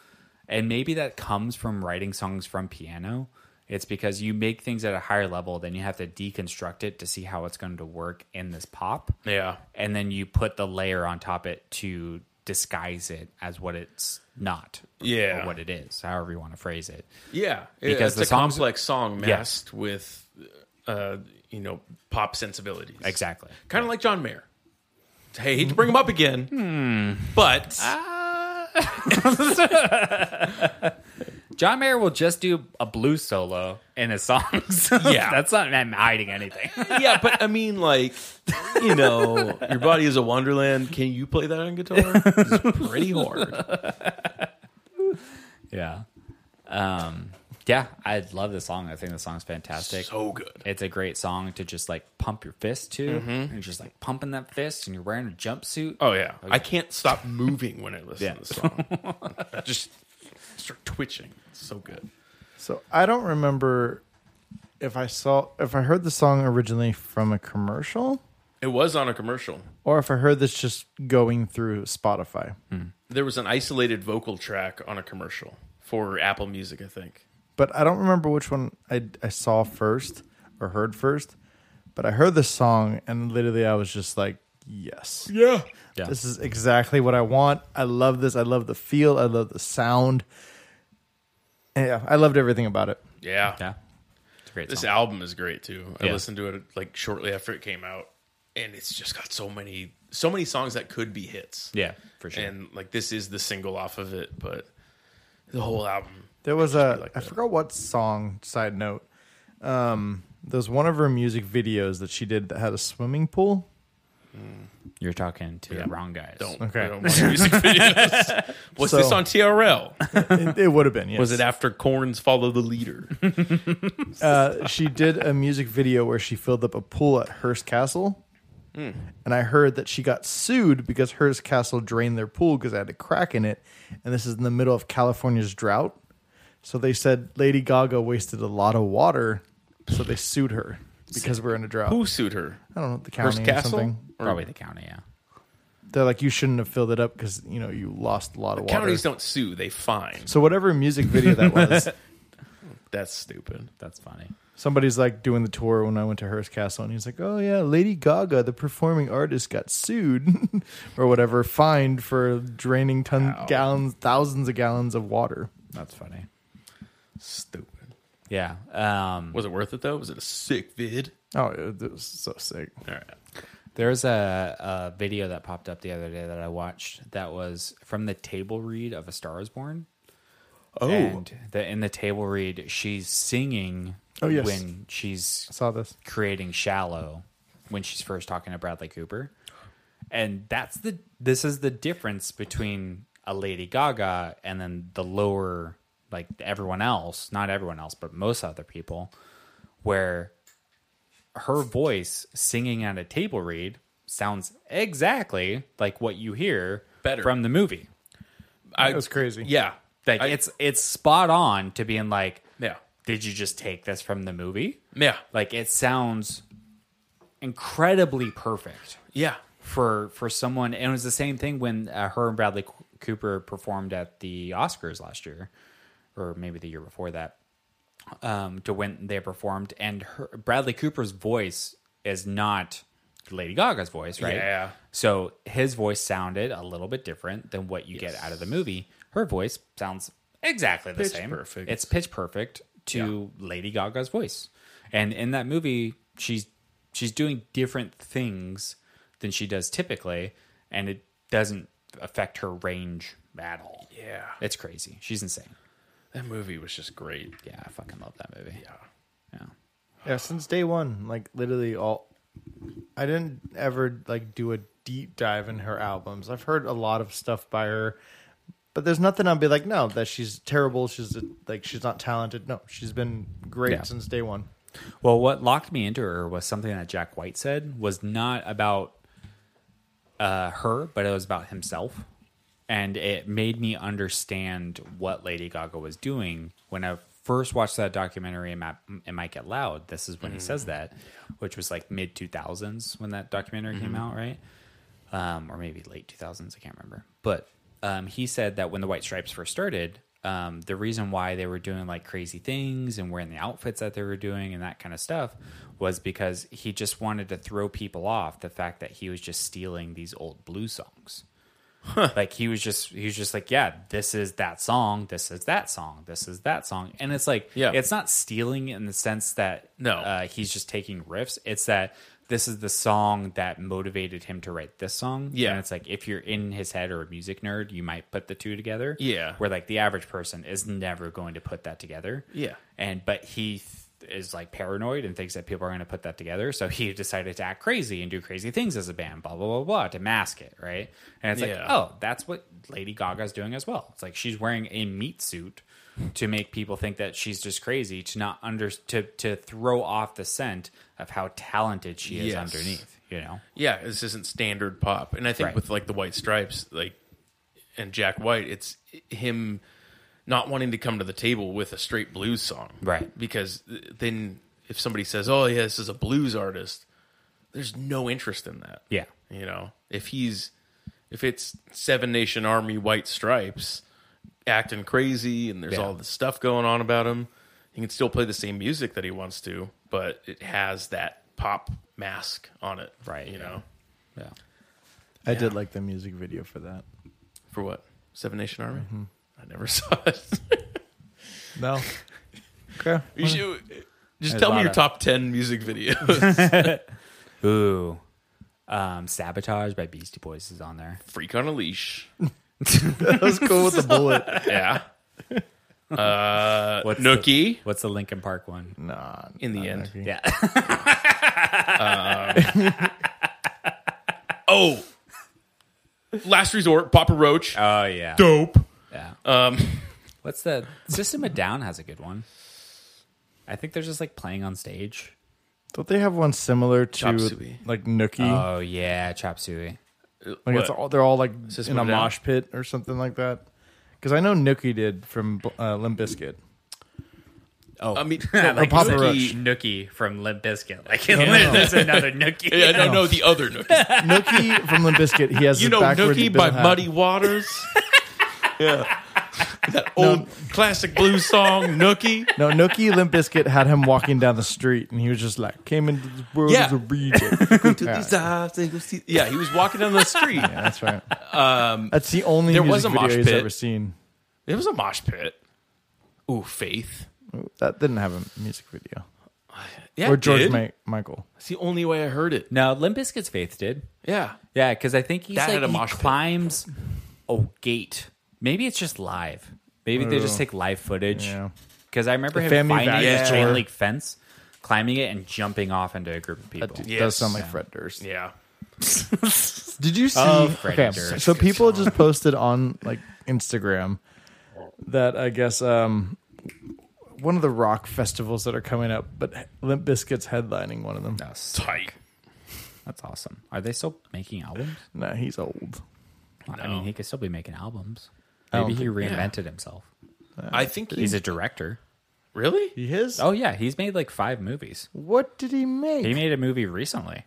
[SPEAKER 1] and maybe that comes from writing songs from piano. It's because you make things at a higher level, then you have to deconstruct it to see how it's going to work in this pop.
[SPEAKER 2] Yeah.
[SPEAKER 1] and then you put the layer on top it to disguise it as what it's not
[SPEAKER 2] Yeah.
[SPEAKER 1] or what it is however you want to phrase it
[SPEAKER 2] Yeah,
[SPEAKER 1] Because
[SPEAKER 2] it's
[SPEAKER 1] the
[SPEAKER 2] a
[SPEAKER 1] songs-
[SPEAKER 2] complex song
[SPEAKER 1] Yeah.
[SPEAKER 2] masked with, uh, you know, pop sensibilities.
[SPEAKER 1] exactly
[SPEAKER 2] Kind of like John Mayer. Hey, hate to bring him up again,
[SPEAKER 1] Hmm.
[SPEAKER 2] but
[SPEAKER 1] Ah. john mayer will just do a blues solo in his songs
[SPEAKER 2] Yeah.
[SPEAKER 1] that's not i'm hiding anything
[SPEAKER 2] yeah, but I mean, like, you know, your body is a wonderland. Can you play that on guitar? It's pretty hard.
[SPEAKER 1] yeah um yeah i love this song i think the song's fantastic
[SPEAKER 2] So good.
[SPEAKER 1] it's a great song to just like pump your fist to and you're just like pumping that fist and you're wearing a jumpsuit
[SPEAKER 2] Mm-hmm. Oh yeah, I can't stop moving when I listen
[SPEAKER 1] Yeah.
[SPEAKER 2] to the song. I just start twitching. It's so good.
[SPEAKER 3] So I don't remember if I saw if I heard the song originally from a commercial
[SPEAKER 2] It was on a commercial.
[SPEAKER 3] or if I heard this just going through Spotify.
[SPEAKER 2] There was an isolated vocal track on a commercial for Apple Music, I think.
[SPEAKER 3] But I don't remember which one I, I saw first or heard first. But I heard this song and literally I was just like, yes.
[SPEAKER 2] Yeah.
[SPEAKER 1] Yeah.
[SPEAKER 3] This is exactly what I want. I love this. I love the feel. I love the sound. Yeah, I loved everything about it.
[SPEAKER 2] Yeah.
[SPEAKER 1] yeah it's a great
[SPEAKER 2] This
[SPEAKER 1] song
[SPEAKER 2] album is great too. I
[SPEAKER 1] Yeah.
[SPEAKER 2] listened to it like shortly after it came out and it's just got so many so many songs that could be hits.
[SPEAKER 1] yeah for sure
[SPEAKER 2] And like this is the single off of it, but the whole album.
[SPEAKER 3] There was a I
[SPEAKER 2] be like that.
[SPEAKER 3] forgot what song. Side note, um, there's one of her music videos that she did that had a swimming pool.
[SPEAKER 1] You're talking to the wrong guys.
[SPEAKER 2] Don't
[SPEAKER 3] Okay.
[SPEAKER 2] I don't watch music videos. Was this
[SPEAKER 3] So-
[SPEAKER 2] on TRL?
[SPEAKER 3] It, it would have been. Yes.
[SPEAKER 2] Was it after Corns Follow the Leader?
[SPEAKER 3] Uh, she did a music video where she filled up a pool at Hearst Castle,
[SPEAKER 2] Hmm.
[SPEAKER 3] and I heard that she got sued because Hearst Castle drained their pool because it had a crack in it, and this is in the middle of California's drought. So they said Lady Gaga wasted a lot of water, so they sued her because we're in a drought.
[SPEAKER 2] Who sued her?
[SPEAKER 3] I don't know the county
[SPEAKER 2] Hearst
[SPEAKER 3] or
[SPEAKER 2] Castle?
[SPEAKER 3] something.
[SPEAKER 2] Or
[SPEAKER 1] Probably the county, yeah.
[SPEAKER 3] They're like you shouldn't have filled it up because you know you lost a lot of water.
[SPEAKER 2] Counties don't sue, they fine.
[SPEAKER 3] so whatever music video that was,
[SPEAKER 2] That's stupid.
[SPEAKER 1] That's funny.
[SPEAKER 3] somebody's like doing the tour when I went to Hearst Castle, and he's like, "Oh yeah, Lady Gaga, the performing artist, got sued or whatever, fined for draining ton gallons, thousands of gallons of water."
[SPEAKER 1] That's funny.
[SPEAKER 2] Stupid.
[SPEAKER 1] Yeah. Um,
[SPEAKER 2] Was it worth it though? Was it a sick vid?
[SPEAKER 3] Oh, it it was so sick.
[SPEAKER 2] All right.
[SPEAKER 1] there's a, a video that popped up the other day that I watched that was from the table read of A Star is Born.
[SPEAKER 2] Oh,
[SPEAKER 1] And the, in the table read, she's singing
[SPEAKER 3] Oh, yes.
[SPEAKER 1] when she's
[SPEAKER 3] I saw this.
[SPEAKER 1] creating Shallow when she's first talking to Bradley Cooper. And that's the this is the difference between a Lady Gaga and then the lower like everyone else, not everyone else, but most other people where her voice singing at a table read sounds exactly like what you hear
[SPEAKER 2] Better.
[SPEAKER 1] from the movie.
[SPEAKER 2] I,
[SPEAKER 3] It was crazy.
[SPEAKER 2] Yeah,
[SPEAKER 1] Like
[SPEAKER 2] I-
[SPEAKER 1] it's it's spot on to being like
[SPEAKER 2] yeah,
[SPEAKER 1] did you just take this from the movie?
[SPEAKER 2] yeah,
[SPEAKER 1] Like it sounds incredibly perfect
[SPEAKER 2] yeah.
[SPEAKER 1] for for someone. And it was the same thing when uh, her and Bradley C- Cooper performed at the Oscars last year, or maybe the year before that. Um, to when they performed, and her, Bradley Cooper's voice is not Lady Gaga's voice, right?
[SPEAKER 2] Yeah.
[SPEAKER 1] So his voice sounded a little bit different than what you get out of the movie. Her voice sounds exactly the
[SPEAKER 2] Pitch
[SPEAKER 1] same.
[SPEAKER 2] perfect.
[SPEAKER 1] It's pitch perfect to Lady Gaga's voice. And in that movie, she's she's doing different things than she does typically, and it doesn't affect her range at all.
[SPEAKER 2] Yeah.
[SPEAKER 1] It's crazy. She's insane.
[SPEAKER 2] That movie was just great.
[SPEAKER 1] Yeah, I fucking love that movie. Yeah. Yeah.
[SPEAKER 3] Yeah, since day one, like literally all. I didn't ever like do a deep dive in her albums. I've heard a lot of stuff by her, but there's nothing I'll be like, no, that she's terrible. She's like she's not talented. No, she's been great
[SPEAKER 1] Yeah.
[SPEAKER 3] since day one.
[SPEAKER 1] Well, what locked me into her was something that Jack White said was not about uh, her, but it was about himself. And it made me understand what Lady Gaga was doing. When I first watched that documentary, It Might, it Might Get Loud, this is when he says that, which was like mid 2000s when that documentary came out, right? um, or maybe late 2000s, I can't remember. But um, he said that when the White Stripes first started, um, the reason why they were doing like crazy things and wearing the outfits that they were doing and that kind of stuff was because he just wanted to throw people off the fact that he was just stealing these old blues songs. Like he was just he was just like, yeah, this is that song, this is that song, this is that song. And it's like
[SPEAKER 2] Yeah.
[SPEAKER 1] it's not stealing in the sense that
[SPEAKER 2] No.
[SPEAKER 1] uh, he's just taking riffs. It's that this is the song that motivated him to write this song.
[SPEAKER 2] Yeah.
[SPEAKER 1] and it's like if you're in his head or a music nerd, you might put the two together.
[SPEAKER 2] Yeah.
[SPEAKER 1] where like the average person is never going to put that together.
[SPEAKER 2] Yeah.
[SPEAKER 1] and but he th- is like paranoid and thinks that people are going to put that together, so he decided to act crazy and do crazy things as a band, blah blah blah blah, to mask it, right? And it's like,
[SPEAKER 2] Yeah.
[SPEAKER 1] oh, that's what Lady Gaga's doing as well. It's like she's wearing a meat suit to make people think that she's just crazy to not under to to throw off the scent of how talented she is
[SPEAKER 2] Yes.
[SPEAKER 1] underneath, you know.
[SPEAKER 2] Yeah, this isn't standard pop. And I think
[SPEAKER 1] Right.
[SPEAKER 2] with like the White Stripes, like and Jack White, it's him not wanting to come to the table with a straight blues song.
[SPEAKER 1] Right.
[SPEAKER 2] Because then if somebody says, "Oh, yeah, this is a blues artist," there's no interest in that.
[SPEAKER 1] Yeah.
[SPEAKER 2] You know, if he's if it's Seven Nation Army White Stripes acting crazy and there's
[SPEAKER 1] Yeah.
[SPEAKER 2] all this stuff going on about him, he can still play the same music that he wants to, but it has that pop mask on it.
[SPEAKER 1] Right,
[SPEAKER 2] You
[SPEAKER 1] yeah.
[SPEAKER 2] know,
[SPEAKER 1] Yeah.
[SPEAKER 3] I did like the music video for that.
[SPEAKER 2] for what? Seven Nation Army?
[SPEAKER 1] Mm-hmm.
[SPEAKER 2] I never saw it.
[SPEAKER 3] No. okay.
[SPEAKER 2] you should, just
[SPEAKER 1] There's
[SPEAKER 2] tell
[SPEAKER 1] a
[SPEAKER 2] me
[SPEAKER 1] lot
[SPEAKER 2] your
[SPEAKER 1] of-
[SPEAKER 2] top 10 music videos.
[SPEAKER 1] Ooh. Um, Sabotage by Beastie Boys is on there.
[SPEAKER 2] Freak on a Leash.
[SPEAKER 3] That was cool with the bullet.
[SPEAKER 2] Yeah. Uh,
[SPEAKER 1] What's
[SPEAKER 2] Nookie.
[SPEAKER 1] What's the Uh, Linkin Park one?
[SPEAKER 2] Mm.
[SPEAKER 3] Nah.
[SPEAKER 2] In the
[SPEAKER 3] not
[SPEAKER 2] end.
[SPEAKER 3] Nike.
[SPEAKER 1] Yeah.
[SPEAKER 2] Oh. Last Resort. Papa Roach.
[SPEAKER 1] Oh yeah.
[SPEAKER 2] Dope.
[SPEAKER 1] Yeah.
[SPEAKER 2] Um,
[SPEAKER 1] What's that? System of Down has a good one. I think they're just like playing on stage.
[SPEAKER 3] Don't they have one similar
[SPEAKER 2] Chop
[SPEAKER 3] to
[SPEAKER 2] suey.
[SPEAKER 3] like Nookie?
[SPEAKER 2] Mm.
[SPEAKER 1] Oh yeah, Chop Suey.
[SPEAKER 3] Like it's
[SPEAKER 2] What?
[SPEAKER 3] all they're all like
[SPEAKER 2] System
[SPEAKER 3] in a
[SPEAKER 2] of a Down?
[SPEAKER 3] mosh pit or something like that. Because I know Nookie did from uh, Limp Bizkit.
[SPEAKER 1] Oh,
[SPEAKER 2] I mean,
[SPEAKER 1] like
[SPEAKER 3] Papa
[SPEAKER 1] Nookie,
[SPEAKER 3] Roach.
[SPEAKER 1] Nookie from Limp Bizkit. Like there's another Nookie.
[SPEAKER 2] Yeah, no, no, the other Nookie.
[SPEAKER 3] Nookie from Limp Bizkit. He has
[SPEAKER 2] You
[SPEAKER 3] the
[SPEAKER 2] know
[SPEAKER 3] backwards
[SPEAKER 2] Nookie
[SPEAKER 3] bill
[SPEAKER 2] by
[SPEAKER 3] hat.
[SPEAKER 2] Muddy Waters? yeah. That old classic blues song, Nookie.
[SPEAKER 3] No, Nookie Limp Bizkit had him walking down the street, and he was just like, "Came into this world
[SPEAKER 2] Yeah.
[SPEAKER 3] as a reject." yeah,
[SPEAKER 2] Yeah, he was walking down the street.
[SPEAKER 3] that's right. that's the only
[SPEAKER 2] Um, there
[SPEAKER 3] music
[SPEAKER 2] was a mosh
[SPEAKER 3] video he's
[SPEAKER 2] pit.
[SPEAKER 3] ever seen.
[SPEAKER 2] It was a mosh pit. Ooh, Faith.
[SPEAKER 3] That didn't have a music video.
[SPEAKER 2] Yeah,
[SPEAKER 3] or
[SPEAKER 2] it
[SPEAKER 3] George
[SPEAKER 2] did.
[SPEAKER 3] Ma- Michael.
[SPEAKER 2] It's the only way I heard it.
[SPEAKER 1] No, Limp Bizkit's Faith did.
[SPEAKER 2] Yeah.
[SPEAKER 1] Yeah, because I think he's
[SPEAKER 2] That
[SPEAKER 1] like
[SPEAKER 2] had a
[SPEAKER 1] he
[SPEAKER 2] mosh pit.
[SPEAKER 1] climbs a gate. Maybe it's just live. Maybe they just
[SPEAKER 3] Ooh.
[SPEAKER 1] take live footage.
[SPEAKER 3] Yeah.
[SPEAKER 1] Because I remember
[SPEAKER 3] The
[SPEAKER 1] him
[SPEAKER 3] Family
[SPEAKER 1] finding
[SPEAKER 3] Values
[SPEAKER 1] a
[SPEAKER 2] Tour.
[SPEAKER 1] chain link fence, climbing it, and jumping off into a group of people.
[SPEAKER 3] That d-
[SPEAKER 2] Yes.
[SPEAKER 3] does sound like Fred Durst.
[SPEAKER 2] Yeah.
[SPEAKER 3] Did you see?
[SPEAKER 1] Oh, Fred
[SPEAKER 3] okay,
[SPEAKER 1] Durst.
[SPEAKER 3] so people just posted on like Instagram that I guess um, one of the rock festivals that are coming up, but Limp Bizkit's headlining one of them.
[SPEAKER 1] That's,
[SPEAKER 2] Tight.
[SPEAKER 1] that's awesome. Are they still making albums?
[SPEAKER 3] Nah, he's old.
[SPEAKER 1] I mean, he could still be making albums.
[SPEAKER 3] I don't
[SPEAKER 1] Maybe he reinvented himself.
[SPEAKER 2] I think
[SPEAKER 1] He's
[SPEAKER 2] he's
[SPEAKER 1] a director.
[SPEAKER 2] really.
[SPEAKER 3] He is.
[SPEAKER 1] Oh yeah, he's made like five movies.
[SPEAKER 3] What did he make?
[SPEAKER 1] He made a movie recently.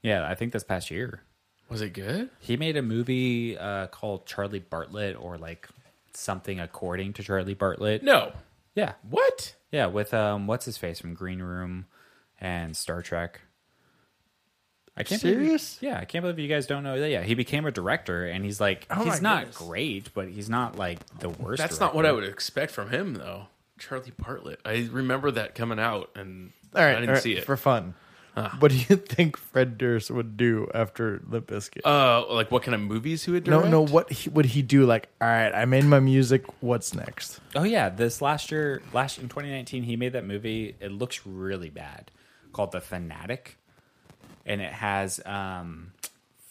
[SPEAKER 1] Yeah, I think this past year.
[SPEAKER 2] Was it good?
[SPEAKER 1] He made a movie uh, called Charlie Bartlett or like something according to Charlie Bartlett.
[SPEAKER 2] No.
[SPEAKER 1] Yeah.
[SPEAKER 2] What?
[SPEAKER 1] Yeah, with um what's his face from Green Room and Star Trek. I can't
[SPEAKER 3] Serious?
[SPEAKER 1] Believe, yeah, I can't believe you guys don't know that. Yeah, he became a director and he's like he's not great, but he's not like the worst.
[SPEAKER 2] Oh That's not what I would expect from him, though. Charlie Bartlett. I remember that coming out, and
[SPEAKER 3] All right,
[SPEAKER 2] I didn't
[SPEAKER 3] all right,
[SPEAKER 2] see it.
[SPEAKER 3] for fun. What do you think Fred Durst would do after Limp Bizkit?
[SPEAKER 2] uh, like what kind of movies he would
[SPEAKER 3] no,
[SPEAKER 2] direct?
[SPEAKER 3] no. What he, would he do? Like, all right, I made my music. What's next?
[SPEAKER 1] Oh yeah, this last year, last in 2019, he made that movie. It looks really bad, called The Fanatic, and it has um,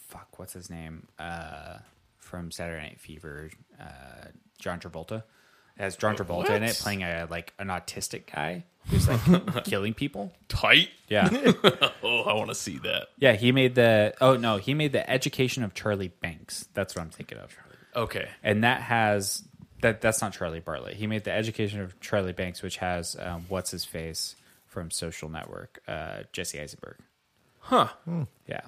[SPEAKER 1] fuck, what's his name? Uh, from Saturday Night Fever, uh, John Travolta. It has John Travolta in it
[SPEAKER 2] What?
[SPEAKER 1] playing a like an autistic guy who's like killing people.
[SPEAKER 2] Tight.
[SPEAKER 1] Yeah,
[SPEAKER 2] Oh, I want to see that.
[SPEAKER 1] yeah. He made the oh no, he made the Education of Charlie Banks. That's what I'm thinking of
[SPEAKER 2] Okay.
[SPEAKER 1] and that has that that's not Charlie Bartlett. He made the Education of Charlie Banks, which has um, what's his face from Social Network, uh, Jesse Eisenberg.
[SPEAKER 2] Huh.
[SPEAKER 1] Yeah,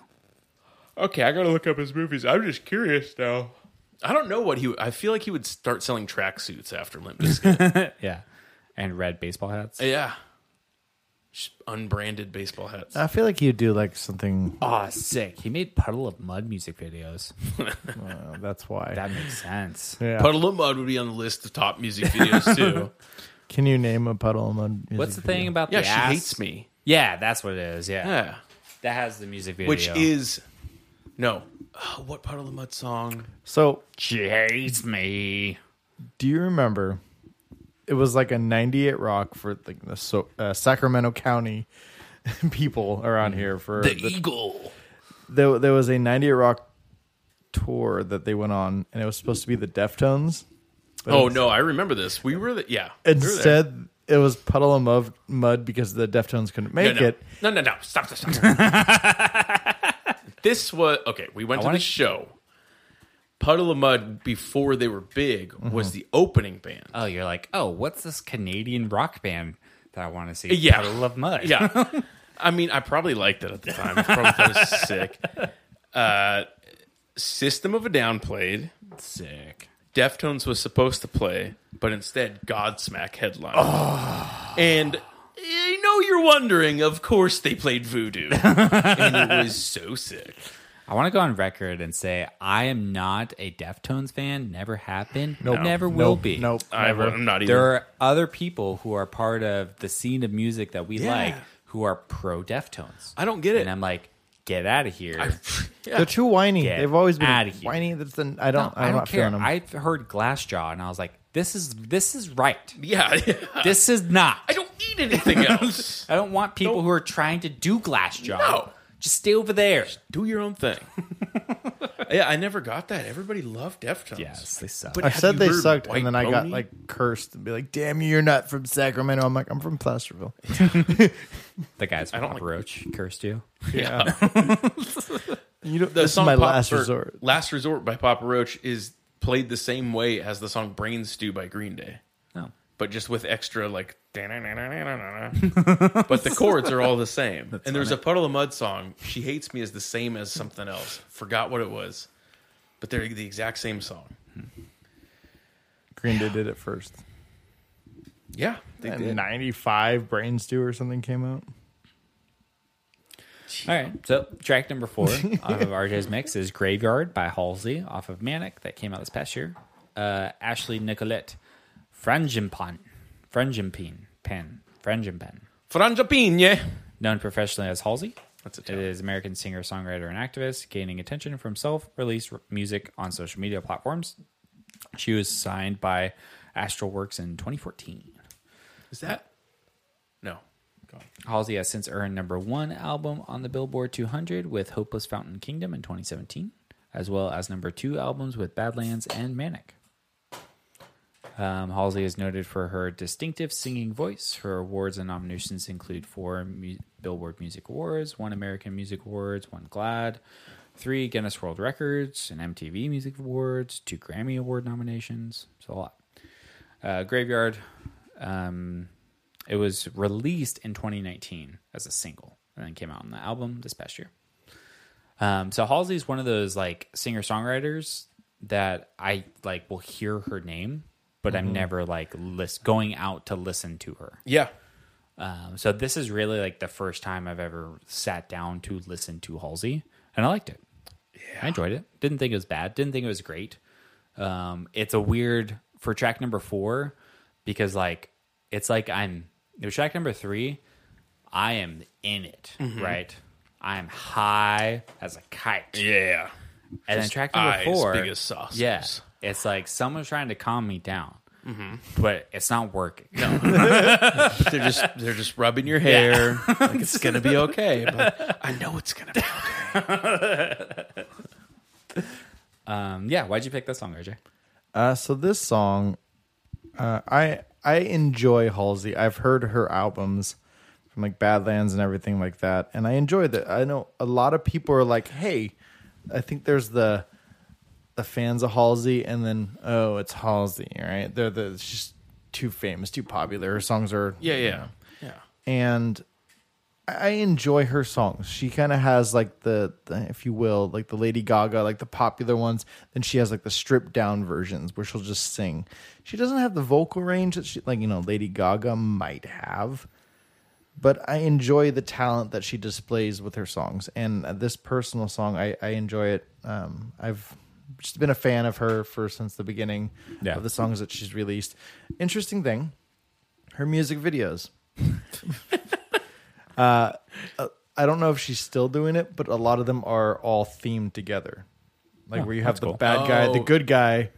[SPEAKER 2] Okay, I gotta look up his movies. I'm just curious now. I don't know what he. I feel like he would start selling tracksuits after Limp Bizkit.
[SPEAKER 1] yeah, and red baseball hats.
[SPEAKER 2] yeah, just unbranded baseball hats.
[SPEAKER 3] I feel like you do like something.
[SPEAKER 1] Aw, sick. He made Puddle of Mud music videos.
[SPEAKER 3] uh, that's why.
[SPEAKER 1] That makes sense.
[SPEAKER 3] yeah.
[SPEAKER 2] Puddle of Mud would be on the list of top music videos too.
[SPEAKER 3] Can you name a puddle of mud? music
[SPEAKER 1] What's the
[SPEAKER 3] video?
[SPEAKER 1] thing about
[SPEAKER 2] yeah,
[SPEAKER 1] the
[SPEAKER 2] she
[SPEAKER 1] ass?
[SPEAKER 2] hates me.
[SPEAKER 1] Yeah, that's what it is. Yeah,
[SPEAKER 2] Yeah,
[SPEAKER 1] that has the music video.
[SPEAKER 2] which is no. Oh, what Puddle of Mud song?
[SPEAKER 3] So,
[SPEAKER 1] she hates me.
[SPEAKER 3] do you remember? It was like a '98 rock for like the so, uh, Sacramento County people
[SPEAKER 2] Mm.
[SPEAKER 3] around here for
[SPEAKER 2] The,
[SPEAKER 3] the
[SPEAKER 2] Eagle.
[SPEAKER 3] there, there was a 98 Rock tour that they went on, and it was supposed to be the Deftones. But
[SPEAKER 2] Oh
[SPEAKER 3] ins-
[SPEAKER 2] no, I remember this. We were the, yeah. we were there.
[SPEAKER 3] Instead, it was Puddle of Mud- Mud because the Deftones couldn't
[SPEAKER 2] no,
[SPEAKER 3] make
[SPEAKER 2] no.
[SPEAKER 3] it.
[SPEAKER 2] no, no, no. Stop, stop, stop. this was okay. We went to
[SPEAKER 1] wanna-
[SPEAKER 2] the show. Puddle of Mud before they were big was the opening band.
[SPEAKER 1] Oh, you're like, oh, what's this Canadian rock band that I want to see?
[SPEAKER 2] Yeah.
[SPEAKER 1] Puddle of Mud.
[SPEAKER 2] Yeah. I mean, I probably liked it at the time. I probably thought it was sick. Uh, System of a Down played.
[SPEAKER 1] sick.
[SPEAKER 2] Deftones was supposed to play, but instead Godsmack headlined.
[SPEAKER 1] Ah.
[SPEAKER 2] And I know you're wondering, of course they played Voodoo. and it was so sick.
[SPEAKER 1] I want to go on record and say I am not a Deftones fan. Never have been.
[SPEAKER 3] Nope.
[SPEAKER 1] Never
[SPEAKER 3] Nope.
[SPEAKER 1] will be.
[SPEAKER 3] Nope.
[SPEAKER 2] I, am not even.
[SPEAKER 1] There are other people who are part of the scene of music that we
[SPEAKER 2] Yeah.
[SPEAKER 1] like who are pro Deftones.
[SPEAKER 2] I don't get it.
[SPEAKER 1] And I'm like, get out of here. I,
[SPEAKER 3] They're
[SPEAKER 2] yeah.
[SPEAKER 3] too whiny.
[SPEAKER 1] Get
[SPEAKER 3] They've always
[SPEAKER 1] outta
[SPEAKER 3] been
[SPEAKER 1] here.
[SPEAKER 3] whiny. That's the, I don't. I'm
[SPEAKER 1] I don't
[SPEAKER 3] not
[SPEAKER 1] care.
[SPEAKER 3] feeling them.
[SPEAKER 1] I've heard Glassjaw and I was like, this is this is right.
[SPEAKER 2] yeah.
[SPEAKER 1] This is not.
[SPEAKER 2] I don't eat anything else.
[SPEAKER 1] I don't want people who are trying to do Glassjaw.
[SPEAKER 2] No.
[SPEAKER 1] Just stay over there.
[SPEAKER 2] Do your own thing. yeah, I never got that. Everybody loved Deftones.
[SPEAKER 1] Yes, they suck.
[SPEAKER 2] But
[SPEAKER 3] I
[SPEAKER 2] have
[SPEAKER 3] said
[SPEAKER 2] you
[SPEAKER 3] they
[SPEAKER 2] heard
[SPEAKER 3] sucked,
[SPEAKER 2] White
[SPEAKER 3] and then I got
[SPEAKER 2] Pony?
[SPEAKER 3] like cursed and be like, "Damn you, you're not from Sacramento." I'm like, "I'm from Placerville."
[SPEAKER 1] the guys from
[SPEAKER 2] don't
[SPEAKER 1] Papa
[SPEAKER 2] like-
[SPEAKER 1] Roach cursed you.
[SPEAKER 2] yeah.
[SPEAKER 3] You don't,
[SPEAKER 2] the
[SPEAKER 3] this
[SPEAKER 2] song
[SPEAKER 3] is my
[SPEAKER 2] Pop-
[SPEAKER 3] last
[SPEAKER 2] or
[SPEAKER 3] resort.
[SPEAKER 2] Last Resort by Papa Roach is played the same way as the song Brain Stew by Green Day,
[SPEAKER 1] No.
[SPEAKER 2] but just with extra like. but the chords are all the same. and there's a Puddle of Mud song. She hates me is the same as something else. Forgot what it was, but they're the exact same song.
[SPEAKER 3] Green Day did it first.
[SPEAKER 2] Yeah, they did.
[SPEAKER 3] '95 Brain Stew or something came out.
[SPEAKER 1] All right. So track number four off of RJ's mix is Graveyard by Halsey off of Manic that came out this past year. Uh, Ashley Nicolette Frangipan. Frangipan. Pen. Frangipan.
[SPEAKER 2] Frangiapane.
[SPEAKER 1] Known professionally as Halsey.
[SPEAKER 2] That's a
[SPEAKER 1] It
[SPEAKER 2] tell.
[SPEAKER 1] is American singer, songwriter, and activist, gaining attention from self-released r- music on social media platforms. She was signed by Astral Works in 2014.
[SPEAKER 2] Is that no? Go on.
[SPEAKER 1] Halsey has since earned number one album on the Billboard 200 with Hopeless Fountain Kingdom in 2017, as well as number two albums with Badlands and Manic. Um, Halsey is noted for her distinctive singing voice. Her awards and nominations include four mu- Billboard Music Awards, one American Music Awards, one GLAAD, three Guinness World Records, an MTV Music Awards, two Grammy Award nominations. It's a lot. Uh, Graveyard um, it was released in 2019 as a single and then came out on the album this past year. Um, so Halsey's one of those like singer songwriters that I like will hear her name, but I'm never like list going out to listen to her.
[SPEAKER 2] Yeah.
[SPEAKER 1] Um, so this is really like the first time I've ever sat down to listen to Halsey, and I liked it. I enjoyed it. Didn't think it was bad. Didn't think it was great. Um, it's a weird for track number four because like it's like I'm with track number three. I am in it,
[SPEAKER 2] Mm-hmm.
[SPEAKER 1] right? I'm high as a kite,
[SPEAKER 2] Yeah.
[SPEAKER 1] and then track number
[SPEAKER 2] eyes
[SPEAKER 1] four,
[SPEAKER 2] big as saucers.
[SPEAKER 1] yeah, it's like someone's trying to calm me down,
[SPEAKER 2] Mm-hmm.
[SPEAKER 1] but it's not working.
[SPEAKER 2] They're just they're just rubbing your hair like it's gonna be okay. But I know it's gonna be okay.
[SPEAKER 1] Um, yeah, why'd you pick this song, RJ?
[SPEAKER 3] Uh, so this song, uh, I I enjoy Halsey. I've heard her albums from like Badlands and everything like that, and I enjoy that. I know a lot of people are like, "Hey, I think there's the the fans of Halsey, and then oh, it's Halsey, right? They're the it's just too famous, too popular. Her songs are
[SPEAKER 2] Yeah, yeah. Yeah.
[SPEAKER 3] and I I enjoy her songs. She kind of has like the, the, if you will, like the Lady Gaga, like the popular ones. Then she has like the stripped down versions where she'll just sing. She doesn't have the vocal range that she, like you know, Lady Gaga might have. But I enjoy the talent that she displays with her songs, and uh, this personal song, I, I enjoy it. Um, I've just been a fan of her for since the beginning
[SPEAKER 1] Yeah.
[SPEAKER 3] of the songs that she's released. Interesting thing, her music videos. I don't know if she's still doing it, but a lot of them are all themed together. Like where you have the
[SPEAKER 1] cool.
[SPEAKER 3] bad guy, the
[SPEAKER 2] Oh.
[SPEAKER 3] good guy,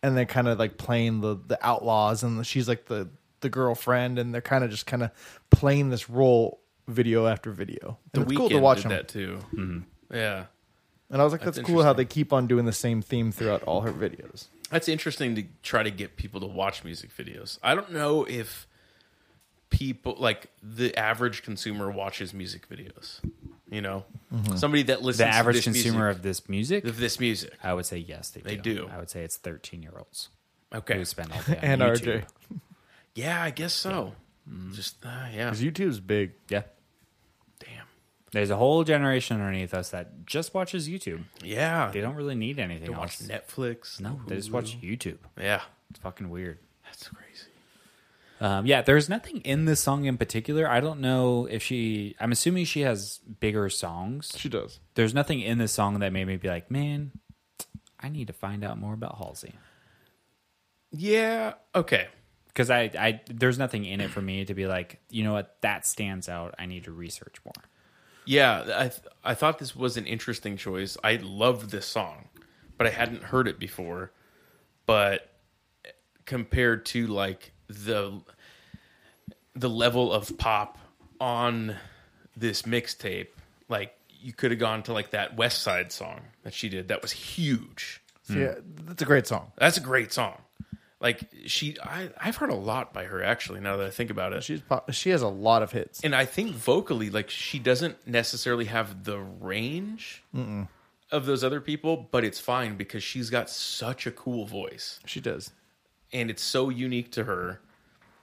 [SPEAKER 3] and they're kind of like playing the the outlaws, and she's like the the girlfriend, and they're kind of just kind of playing this role video after video.
[SPEAKER 2] The
[SPEAKER 3] And it's cool to
[SPEAKER 2] Weeknd
[SPEAKER 3] watch
[SPEAKER 2] did
[SPEAKER 3] them.
[SPEAKER 2] that too. Mm-hmm. Yeah.
[SPEAKER 3] And I was like, that's,
[SPEAKER 2] That's
[SPEAKER 3] cool how they keep on doing the same theme throughout all her videos.
[SPEAKER 2] That's interesting to try to get people to watch music videos. I don't know if people like the average consumer watches music videos. You know, somebody that listens
[SPEAKER 1] The
[SPEAKER 2] to
[SPEAKER 1] average
[SPEAKER 2] this music-
[SPEAKER 1] consumer of this music,
[SPEAKER 2] of this music.
[SPEAKER 1] I would say yes, they do.
[SPEAKER 2] They do.
[SPEAKER 1] I would say it's 13 year olds
[SPEAKER 2] Okay,
[SPEAKER 1] who spend all day on
[SPEAKER 3] And
[SPEAKER 1] YouTube.
[SPEAKER 3] RJ,
[SPEAKER 2] yeah, I guess so. Just uh, yeah,
[SPEAKER 3] because YouTube's big.
[SPEAKER 1] Yeah.
[SPEAKER 2] damn,
[SPEAKER 1] There's a whole generation underneath us that just watches YouTube.
[SPEAKER 2] yeah.
[SPEAKER 1] They don't really need anything
[SPEAKER 2] They watch
[SPEAKER 1] else.
[SPEAKER 2] Netflix.
[SPEAKER 1] no, they just watch YouTube.
[SPEAKER 2] Yeah,
[SPEAKER 1] It's fucking weird.
[SPEAKER 2] that's crazy.
[SPEAKER 1] Um, yeah, there's nothing in this song in particular. I don't know if she. I'm assuming she has bigger songs.
[SPEAKER 3] She does.
[SPEAKER 1] There's nothing in this song that made me be like, man, I need to find out more about Halsey.
[SPEAKER 2] Yeah. Okay.
[SPEAKER 1] because I, I there's nothing in it for me to be like you know what that stands out i need to research more
[SPEAKER 2] Yeah, I th- I thought this was an interesting choice. I love this song, but I hadn't heard it before. But compared to like the the level of pop on this mixtape, like you could have gone to like that West Side song that she did. That was huge.
[SPEAKER 3] So, Yeah, that's a great song.
[SPEAKER 2] That's a great song. Like she, I I've heard a lot by her actually. Now that I think about it,
[SPEAKER 3] She's pop- she has a lot of hits.
[SPEAKER 2] and I think vocally, like she doesn't necessarily have the range of those other people, but it's fine because she's got such a cool voice
[SPEAKER 3] She does.
[SPEAKER 2] and it's so unique to her.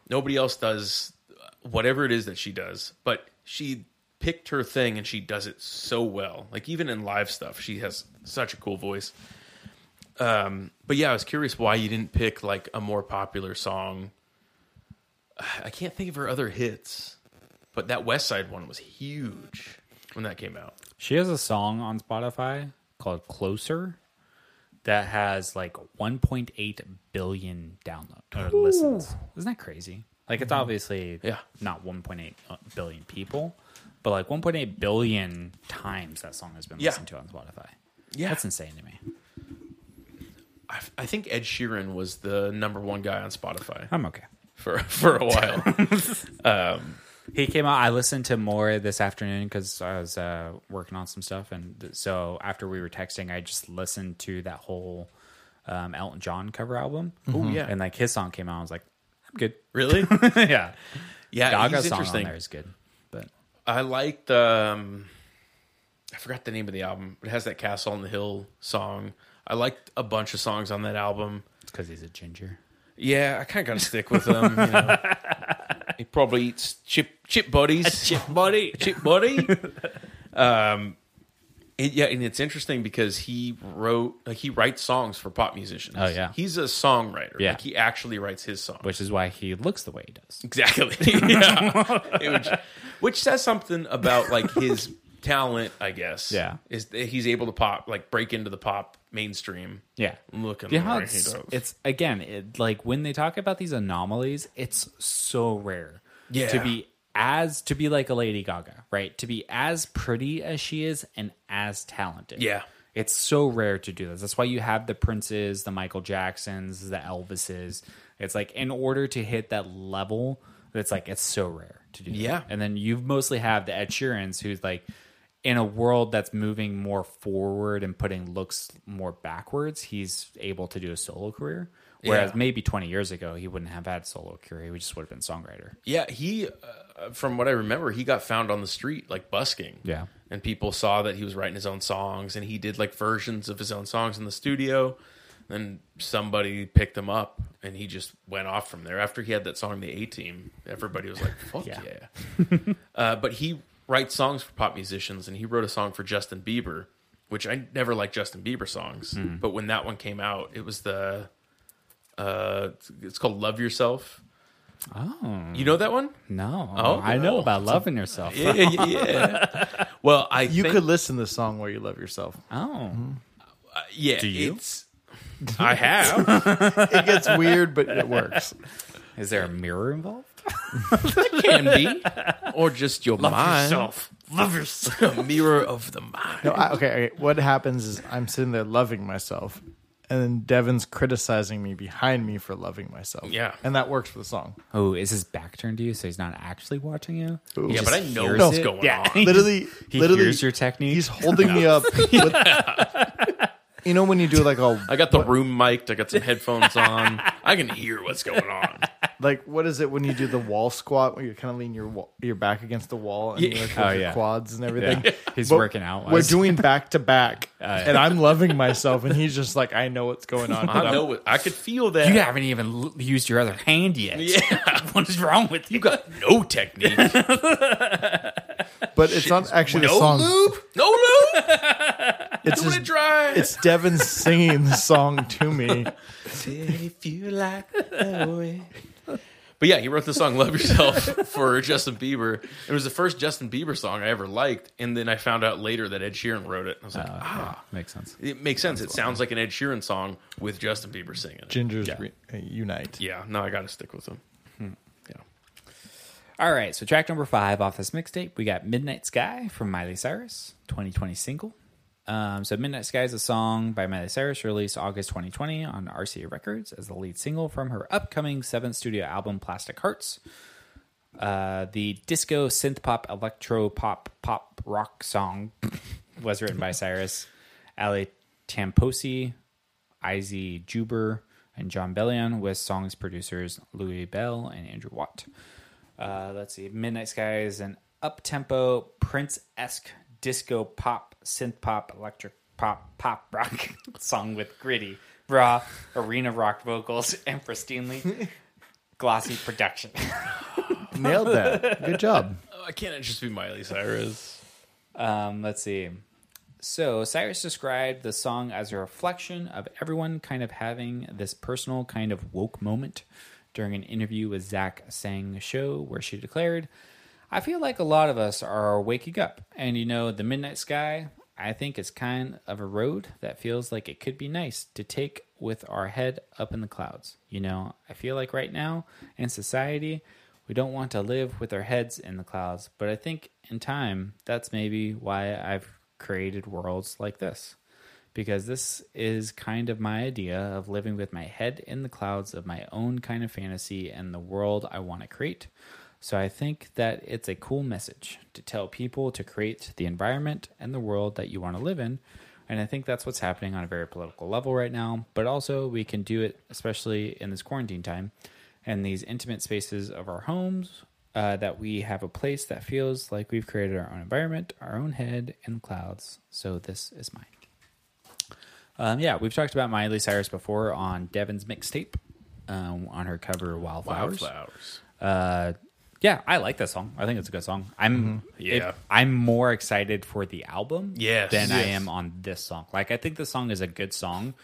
[SPEAKER 2] Nobody else does whatever it is that she does, but she picked her thing and she does it so well. Like even in live stuff, she has such a cool voice. Um, but yeah, I was curious why you didn't pick like a more popular song. I can't think of her other hits, but that West Side one was huge when that came out.
[SPEAKER 1] she has a song on spotify called closer that has like 1.8 billion downloads or listens isn't that crazy like it's obviously
[SPEAKER 2] Yeah.
[SPEAKER 1] not 1.8 billion people but like 1.8 billion times that song has been
[SPEAKER 2] Yeah.
[SPEAKER 1] listened to on spotify
[SPEAKER 2] Yeah.
[SPEAKER 1] that's insane to me
[SPEAKER 2] I, I think Ed Sheeran was the number one guy on Spotify
[SPEAKER 1] i'm okay
[SPEAKER 2] for for a while.
[SPEAKER 1] He came out. I listened to more this afternoon because I was uh, working on some stuff, and th- so after we were texting, I just listened to that whole um, Elton John cover album.
[SPEAKER 2] Oh, yeah.
[SPEAKER 1] and like his song came out. I was like, I'm good.
[SPEAKER 2] really?
[SPEAKER 1] yeah,
[SPEAKER 2] Yeah,
[SPEAKER 1] Gaga's
[SPEAKER 2] he's
[SPEAKER 1] song on
[SPEAKER 2] interesting.
[SPEAKER 1] there is good, but
[SPEAKER 2] I liked um I forgot the name of the album. It has that Castle on the Hill song. I liked a bunch of songs on that album.
[SPEAKER 1] it's because he's a ginger.
[SPEAKER 2] Yeah, I kind of got to stick with them. You know. he probably eats chip chip buddies.
[SPEAKER 1] buddy.
[SPEAKER 2] chip buddy. um, It, yeah, and it's interesting because he wrote, like, he writes songs for pop musicians.
[SPEAKER 1] Oh, yeah.
[SPEAKER 2] he's a songwriter.
[SPEAKER 1] Yeah.
[SPEAKER 2] like he actually writes his songs.
[SPEAKER 1] which is why he looks the way he does.
[SPEAKER 2] Exactly. Yeah. It would- which says something about like his talent, I guess.
[SPEAKER 1] Yeah.
[SPEAKER 2] Is that he's able to pop like break into the pop mainstream.
[SPEAKER 1] Yeah,
[SPEAKER 2] Look at
[SPEAKER 1] Yeah,
[SPEAKER 2] the
[SPEAKER 1] how
[SPEAKER 2] way he
[SPEAKER 1] it's,
[SPEAKER 2] does.
[SPEAKER 1] it's again it, like when they talk about these anomalies, it's so rare.
[SPEAKER 2] Yeah.
[SPEAKER 1] to be as to be like a Lady Gaga, right? To be as pretty as she is and as talented.
[SPEAKER 2] Yeah.
[SPEAKER 1] it's so rare to do this. That's why you have the Princes, the Michael Jacksons, the Elvises. It's like in order to hit that level, it's like it's so rare to do. that.
[SPEAKER 2] Yeah.
[SPEAKER 1] and then you mostly have the Ed Sheerans, who's like in a world that's moving more forward and putting looks more backwards, he's able to do a solo career. Whereas
[SPEAKER 2] Yeah.
[SPEAKER 1] maybe 20 years ago, he wouldn't have had solo career. He just would have been songwriter.
[SPEAKER 2] Yeah, he, uh, from what I remember, he got found on the street like busking.
[SPEAKER 1] Yeah.
[SPEAKER 2] and people saw that he was writing his own songs, and he did like versions of his own songs in the studio. Then somebody picked him up, and he just went off from there. After he had that song, the A Team, everybody was like, "Fuck yeah!" uh, but he writes songs for pop musicians, and he wrote a song for Justin Bieber, which I never liked Justin Bieber songs. But when that one came out, it was the, uh, it's called "Love Yourself."
[SPEAKER 1] Oh,
[SPEAKER 2] You know that one?
[SPEAKER 1] no.
[SPEAKER 2] Oh,
[SPEAKER 1] I know
[SPEAKER 2] no.
[SPEAKER 1] about loving yourself.
[SPEAKER 2] yeah, yeah, yeah. Well, I
[SPEAKER 3] You
[SPEAKER 2] think,
[SPEAKER 3] could listen to the song where you love yourself.
[SPEAKER 1] Oh,
[SPEAKER 2] uh, yeah.
[SPEAKER 1] Do you?
[SPEAKER 2] It's, I have.
[SPEAKER 3] It gets weird, but it works.
[SPEAKER 1] is there a mirror involved?
[SPEAKER 2] Can be, or just your mind.
[SPEAKER 1] Love yourself.
[SPEAKER 2] A mirror of the mind.
[SPEAKER 3] No, I, okay, okay. What happens is I'm sitting there loving myself, and then Devin's criticizing me behind me for loving myself.
[SPEAKER 2] Yeah.
[SPEAKER 3] and that works for the song.
[SPEAKER 1] Oh, is his back turned to you so he's not actually watching you? He
[SPEAKER 2] yeah,
[SPEAKER 1] just
[SPEAKER 2] but I know
[SPEAKER 1] hears
[SPEAKER 2] what's
[SPEAKER 1] it?
[SPEAKER 2] going
[SPEAKER 1] Yeah.
[SPEAKER 2] on.
[SPEAKER 3] Literally,
[SPEAKER 1] He
[SPEAKER 3] literally,
[SPEAKER 1] hears your technique.
[SPEAKER 3] he's holding me up. with- you know when you do like a
[SPEAKER 2] I got the room mic'd. I got some headphones on. I can hear what's going on.
[SPEAKER 3] like what is it when you do the wall squat where you kind of lean your wa- your back against the wall and you
[SPEAKER 2] Yeah.
[SPEAKER 3] like
[SPEAKER 1] Oh,
[SPEAKER 3] with your
[SPEAKER 1] yeah.
[SPEAKER 3] quads and everything.
[SPEAKER 1] Yeah. He's
[SPEAKER 3] But
[SPEAKER 1] working out. Oh,
[SPEAKER 3] We're
[SPEAKER 1] Wes.
[SPEAKER 3] doing back to back, and I'm loving myself, and he's just like, I know what's going on. but
[SPEAKER 2] I
[SPEAKER 3] I'm-
[SPEAKER 2] know. What, I could feel that.
[SPEAKER 1] You haven't even l- used your other hand yet.
[SPEAKER 2] Yeah.
[SPEAKER 1] what is wrong with you?
[SPEAKER 2] You got no technique.
[SPEAKER 3] But it's not actually the
[SPEAKER 2] no
[SPEAKER 3] song.
[SPEAKER 2] lube. No lube.
[SPEAKER 3] It's
[SPEAKER 2] Doing
[SPEAKER 3] just
[SPEAKER 2] it dry.
[SPEAKER 3] it's Devin singing the song to me.
[SPEAKER 2] if you like But yeah, he wrote the song "Love Yourself" for Justin Bieber. It was the first Justin Bieber song I ever liked, and then I found out later that Ed Sheeran wrote it. I was like,
[SPEAKER 1] Oh,
[SPEAKER 2] ah,
[SPEAKER 1] Makes sense.
[SPEAKER 2] it makes sense. It sounds like an Ed Sheeran song with Justin Bieber singing. It.
[SPEAKER 3] Gingers re- uh, unite.
[SPEAKER 2] Yeah, no, I got to stick with him. Hmm. Yeah,
[SPEAKER 1] All right, so track number five off this mixtape, we got Midnight Sky from Miley Cyrus, 2020 single. Um, so Midnight Sky is a song by Miley Cyrus released August 2020 on RCA Records as the lead single from her upcoming seventh studio album, Plastic Hearts. Uh, the disco synth pop, electro pop, pop rock song was written by Cyrus, Ali Tamposi, Izzy Juber, and John Bellion, with songs producers Louis Bell and Andrew Watt. Uh, let's see. Midnight Sky is an up tempo, Prince esque disco pop, synth pop, electric pop, pop rock song with gritty, raw, arena rock vocals and pristinely glossy production.
[SPEAKER 3] Nailed that. Good job.
[SPEAKER 2] oh, I can't it just be Miley Cyrus?
[SPEAKER 1] Um, let's see. So Cyrus described the song as a reflection of everyone kind of having this personal kind of woke moment during an interview with Zach Sang show where she declared, I feel like a lot of us are waking up. And you know, the midnight sky, I think is kind of a road that feels like it could be nice to take with our head up in the clouds. You know, I feel like right now in society, we don't want to live with our heads in the clouds, but I think in time, that's maybe why I've created worlds like this. Because this is kind of my idea of living with my head in the clouds of my own kind of fantasy and the world I want to create. So I think that it's a cool message to tell people to create the environment and the world that you want to live in. And I think that's what's happening on a very political level right now. But also, we can do it, especially in this quarantine time and these intimate spaces of our homes, uh, that we have a place that feels like we've created our own environment, our own head, and clouds. So this is mine. Um, yeah, we've talked about Miley Cyrus before on Devin's mixtape um, on her cover Wildflowers.
[SPEAKER 2] Flowers.
[SPEAKER 1] Uh, Yeah, I like that song. I think it's a good song. I'm
[SPEAKER 2] Mm-hmm. Yeah.
[SPEAKER 1] it- I'm more excited for the album
[SPEAKER 2] Yes.
[SPEAKER 1] than I
[SPEAKER 2] Yes.
[SPEAKER 1] am on this song. Like I think this song is a good song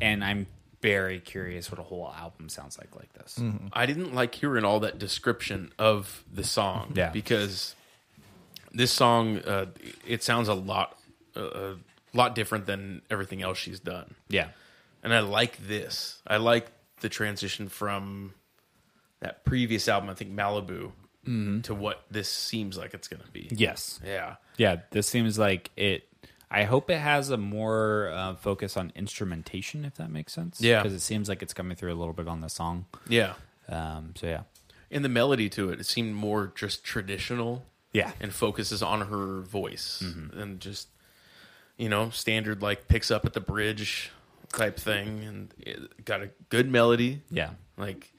[SPEAKER 1] and I'm very curious what a whole album sounds like like this.
[SPEAKER 2] I didn't like hearing all that description of the song.
[SPEAKER 1] Yeah.
[SPEAKER 2] Because this song, uh, it sounds a lot, uh, a lot different than everything else she's done.
[SPEAKER 1] Yeah.
[SPEAKER 2] And I like this. I like the transition from that previous album, I think Malibu, to what this seems like it's going to be.
[SPEAKER 1] Yes.
[SPEAKER 2] Mm-hmm. Yeah.
[SPEAKER 1] Yeah, this seems like it I hope it has a more uh, focus on instrumentation if that makes sense.
[SPEAKER 2] Yeah.
[SPEAKER 1] Cuz it seems like it's coming through a little bit on the song.
[SPEAKER 2] Yeah.
[SPEAKER 1] Um so yeah.
[SPEAKER 2] And the melody to it, it seemed more just traditional.
[SPEAKER 1] Yeah.
[SPEAKER 2] and focuses on her voice
[SPEAKER 1] Mm-hmm.
[SPEAKER 2] and just you know standard like picks up at the bridge type thing and it got a good melody
[SPEAKER 1] Yeah.
[SPEAKER 2] like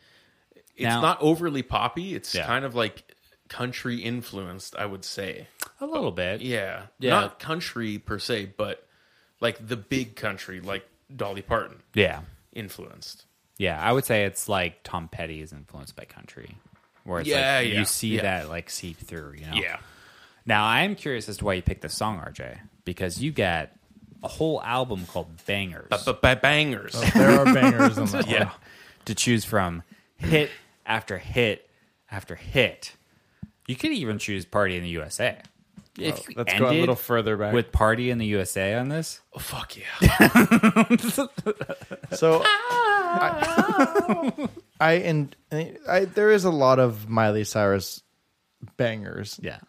[SPEAKER 2] it's
[SPEAKER 1] Now-
[SPEAKER 2] not overly poppy it's
[SPEAKER 1] Yeah.
[SPEAKER 2] kind of like country influenced i would say
[SPEAKER 1] A little bit.
[SPEAKER 2] yeah.
[SPEAKER 1] Yeah.
[SPEAKER 2] not country per se but like the big country like dolly parton
[SPEAKER 1] Yeah.
[SPEAKER 2] influenced
[SPEAKER 1] Yeah, I would say it's like Tom Petty is influenced by country, where it's
[SPEAKER 2] Yeah,
[SPEAKER 1] like
[SPEAKER 2] yeah,
[SPEAKER 1] you see
[SPEAKER 2] yeah.
[SPEAKER 1] that like seep through. You know. Now I am curious as to why you picked this song, RJ, because you got a whole album called Bangers
[SPEAKER 2] Uh, but by bangers
[SPEAKER 1] Oh,
[SPEAKER 3] There are bangers on that.
[SPEAKER 2] yeah
[SPEAKER 1] to choose from, hit after hit after hit. You could even choose Party in the USA.
[SPEAKER 2] Oh,
[SPEAKER 1] If you
[SPEAKER 3] Let's go a
[SPEAKER 1] ended
[SPEAKER 3] little further back.
[SPEAKER 1] with Party in the USA on this.
[SPEAKER 2] oh, fuck yeah
[SPEAKER 3] so I, I and I there is a lot of Miley Cyrus bangers,
[SPEAKER 1] Yeah.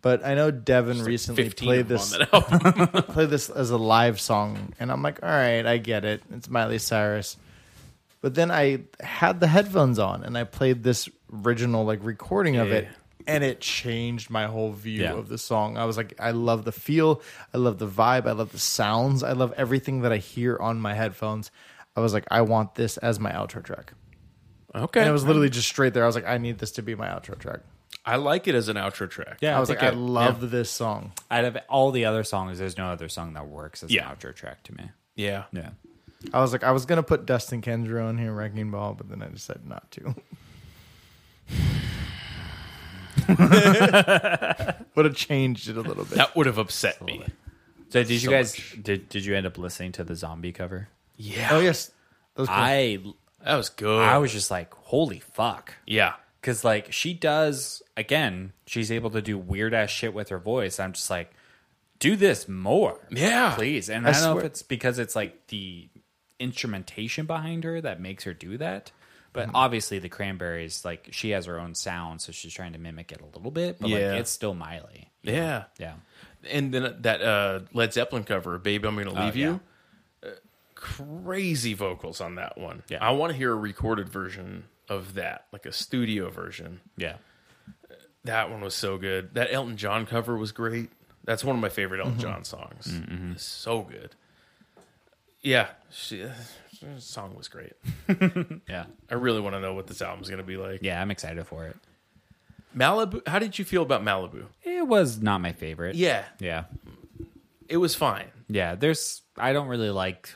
[SPEAKER 3] but I know Devin recently
[SPEAKER 2] 15
[SPEAKER 3] played
[SPEAKER 2] of them
[SPEAKER 3] this
[SPEAKER 2] on that album.
[SPEAKER 3] play this as a live song and I'm like, all right, I get it. It's Miley Cyrus. But then I had the headphones on and I played this original like recording of it
[SPEAKER 2] Yeah.
[SPEAKER 3] and it changed my whole view
[SPEAKER 1] Yeah.
[SPEAKER 3] of the song. I was like, I love the feel, I love the vibe, I love the sounds, I love everything that I hear on my headphones. I was like, I want this as my outro track.
[SPEAKER 2] okay
[SPEAKER 3] And it was literally just straight there. I was like, I need this to be my outro track.
[SPEAKER 2] i like it as an outro track
[SPEAKER 1] Yeah,
[SPEAKER 3] I was like,
[SPEAKER 1] think
[SPEAKER 3] I
[SPEAKER 1] it-
[SPEAKER 3] love this song.
[SPEAKER 1] Out of all the other songs, there's no other song that works as
[SPEAKER 2] Yeah.
[SPEAKER 1] an outro track to me.
[SPEAKER 2] yeah
[SPEAKER 1] Yeah.
[SPEAKER 3] I was like, I was gonna put Dustin Kendra on here, Wrecking Ball, but then I decided not to. Would have changed it a little bit.
[SPEAKER 2] That would have upset me.
[SPEAKER 1] So did you
[SPEAKER 2] So
[SPEAKER 1] guys did did you end up listening to the zombie cover?
[SPEAKER 2] Yeah.
[SPEAKER 3] Oh yes, Those were-
[SPEAKER 1] I
[SPEAKER 2] That was good.
[SPEAKER 1] I was just like, holy fuck.
[SPEAKER 2] yeah.
[SPEAKER 1] Cause like she does again, she's able to do weird ass shit with her voice. I'm just like, do this more.
[SPEAKER 2] Yeah.
[SPEAKER 1] Please. And
[SPEAKER 3] I
[SPEAKER 1] I, don't know if
[SPEAKER 3] swear-
[SPEAKER 1] it's because it's like the instrumentation behind her that makes her do that. But obviously the cranberries, like she has her own sound, so she's trying to mimic it a little bit. But
[SPEAKER 2] Yeah.
[SPEAKER 1] like it's still Miley.
[SPEAKER 2] Yeah.
[SPEAKER 1] Yeah.
[SPEAKER 2] And then that uh, Led Zeppelin cover, Baby, I'm going to Leave
[SPEAKER 1] yeah.
[SPEAKER 2] You. Uh, crazy vocals on that one.
[SPEAKER 1] Yeah.
[SPEAKER 2] I want to hear a recorded version of that, like a studio version.
[SPEAKER 1] Yeah.
[SPEAKER 2] That one was so good. That Elton John cover was great. That's one of my favorite Elton John songs. So good. Yeah. She, the song was great.
[SPEAKER 1] Yeah.
[SPEAKER 2] I really want to know what this album's going to be like.
[SPEAKER 1] Yeah, I'm excited for it.
[SPEAKER 2] Malibu. How did you feel about Malibu?
[SPEAKER 1] It was not my favorite.
[SPEAKER 2] Yeah.
[SPEAKER 1] Yeah.
[SPEAKER 2] It was fine.
[SPEAKER 1] Yeah, there's I don't really like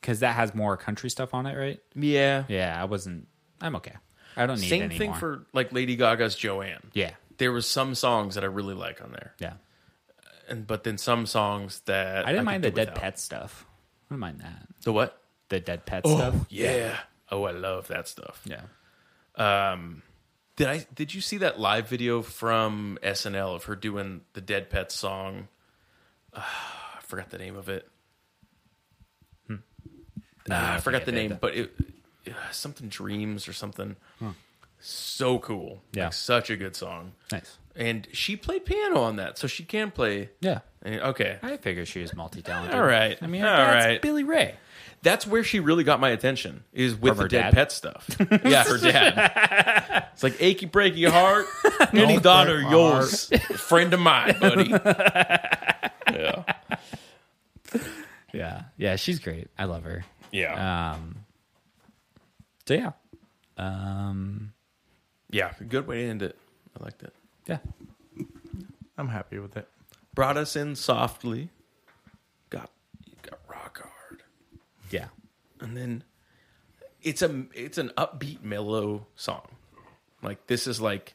[SPEAKER 1] because that has more country stuff on it, right?
[SPEAKER 2] Yeah.
[SPEAKER 1] Yeah, I wasn't. I'm okay. I don't need
[SPEAKER 2] Same
[SPEAKER 1] any
[SPEAKER 2] thing
[SPEAKER 1] more.
[SPEAKER 2] for like Lady Gaga's Joanne.
[SPEAKER 1] yeah,
[SPEAKER 2] There was some songs that I really like on there.
[SPEAKER 1] yeah.
[SPEAKER 2] And but then some songs that
[SPEAKER 1] I didn't
[SPEAKER 2] could
[SPEAKER 1] mind
[SPEAKER 2] do
[SPEAKER 1] the dead
[SPEAKER 2] without.
[SPEAKER 1] pet stuff. I didn't mind that.
[SPEAKER 2] The what?
[SPEAKER 1] The dead pet stuff.
[SPEAKER 2] Yeah. Oh, I love that stuff.
[SPEAKER 1] Yeah.
[SPEAKER 2] Did I did you see that live video from SNL of her doing the Dead Pets song? Ah, I forgot the name of it.
[SPEAKER 1] No,
[SPEAKER 2] Ah,
[SPEAKER 1] no,
[SPEAKER 2] I forgot the
[SPEAKER 1] it.
[SPEAKER 2] name, but it uh, something dreams or something. So cool.
[SPEAKER 1] Yeah.
[SPEAKER 2] Like, such a good song.
[SPEAKER 1] Nice.
[SPEAKER 2] And she played piano on that, so she can play.
[SPEAKER 1] Yeah.
[SPEAKER 2] And- okay.
[SPEAKER 1] I figured she was multi-talented.
[SPEAKER 2] All right.
[SPEAKER 1] I mean,
[SPEAKER 2] All
[SPEAKER 1] that's
[SPEAKER 2] right.
[SPEAKER 1] Billy Ray.
[SPEAKER 2] That's where she really got my attention is with
[SPEAKER 1] From
[SPEAKER 2] the
[SPEAKER 1] her
[SPEAKER 2] dead
[SPEAKER 1] dad?
[SPEAKER 2] pet stuff. yeah, her dad. It's like achy breaky heart, any daughter
[SPEAKER 3] break my
[SPEAKER 2] yours, friend of mine, buddy.
[SPEAKER 1] Yeah. Yeah, she's great. I love her.
[SPEAKER 2] Yeah,
[SPEAKER 1] Um. So yeah.
[SPEAKER 2] yeah. Good way to end it. I liked it.
[SPEAKER 1] Yeah.
[SPEAKER 3] I'm happy with it.
[SPEAKER 2] Brought us in softly. Got got rock hard,
[SPEAKER 1] Yeah.
[SPEAKER 2] and then it's a it's an upbeat mellow song. Like this is like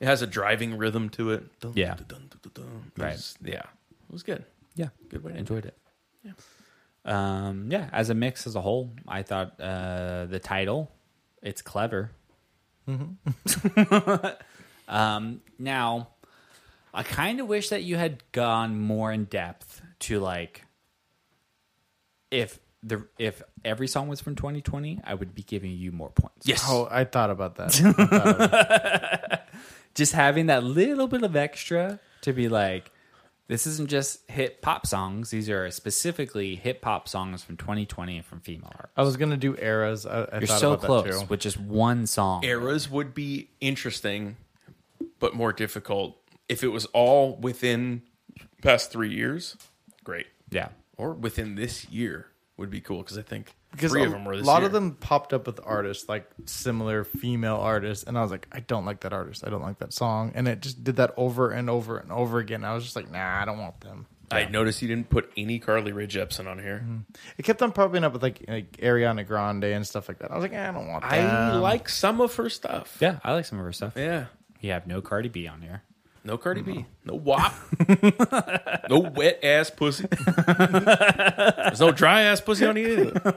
[SPEAKER 2] it has a driving rhythm to it. Dun,
[SPEAKER 1] Yeah.
[SPEAKER 2] dun, dun, dun, dun, dun. It
[SPEAKER 1] Right.
[SPEAKER 2] was- yeah. It was good.
[SPEAKER 1] Yeah,
[SPEAKER 2] Good way to
[SPEAKER 1] enjoyed it. Yeah, um, yeah. As a mix as a whole, I thought uh, the title it's clever. um, now, I kind of wish that you had gone more in depth to like if the if every song was from 2020, I would be giving you more points.
[SPEAKER 2] Yes.
[SPEAKER 3] Oh, I thought about that. I thought about it.
[SPEAKER 1] just having that little bit of extra to be like, this isn't just hip hop songs. These are specifically hip hop songs from 2020 and from female art.
[SPEAKER 3] I was gonna do eras. I, I
[SPEAKER 1] You're
[SPEAKER 3] thought
[SPEAKER 1] so
[SPEAKER 3] about
[SPEAKER 1] close
[SPEAKER 3] That too.
[SPEAKER 1] with just one song.
[SPEAKER 2] Eras would be interesting, but more difficult if it was all within past three years. Great,
[SPEAKER 1] Yeah.
[SPEAKER 2] or within this year would be cool because I think
[SPEAKER 3] Because
[SPEAKER 2] three
[SPEAKER 3] a
[SPEAKER 2] of them were this
[SPEAKER 3] lot
[SPEAKER 2] year.
[SPEAKER 3] of them popped up with artists like similar female artists, and I was like, I don't like that artist. I don't like that song, and it just did that over and over and over again. I was just like, nah, I don't want them.
[SPEAKER 2] I noticed you didn't put any Carly Rae Jepsen on here.
[SPEAKER 3] It kept on popping up with like, like Ariana Grande and stuff like that. I was like, eh, I don't want
[SPEAKER 2] I
[SPEAKER 3] that.
[SPEAKER 2] like some of her stuff.
[SPEAKER 1] Yeah. I like some of her stuff.
[SPEAKER 2] Yeah.
[SPEAKER 1] You have no Cardi B on here.
[SPEAKER 2] No Cardi B. No WAP. no wet ass pussy. There's no dry ass pussy on here either.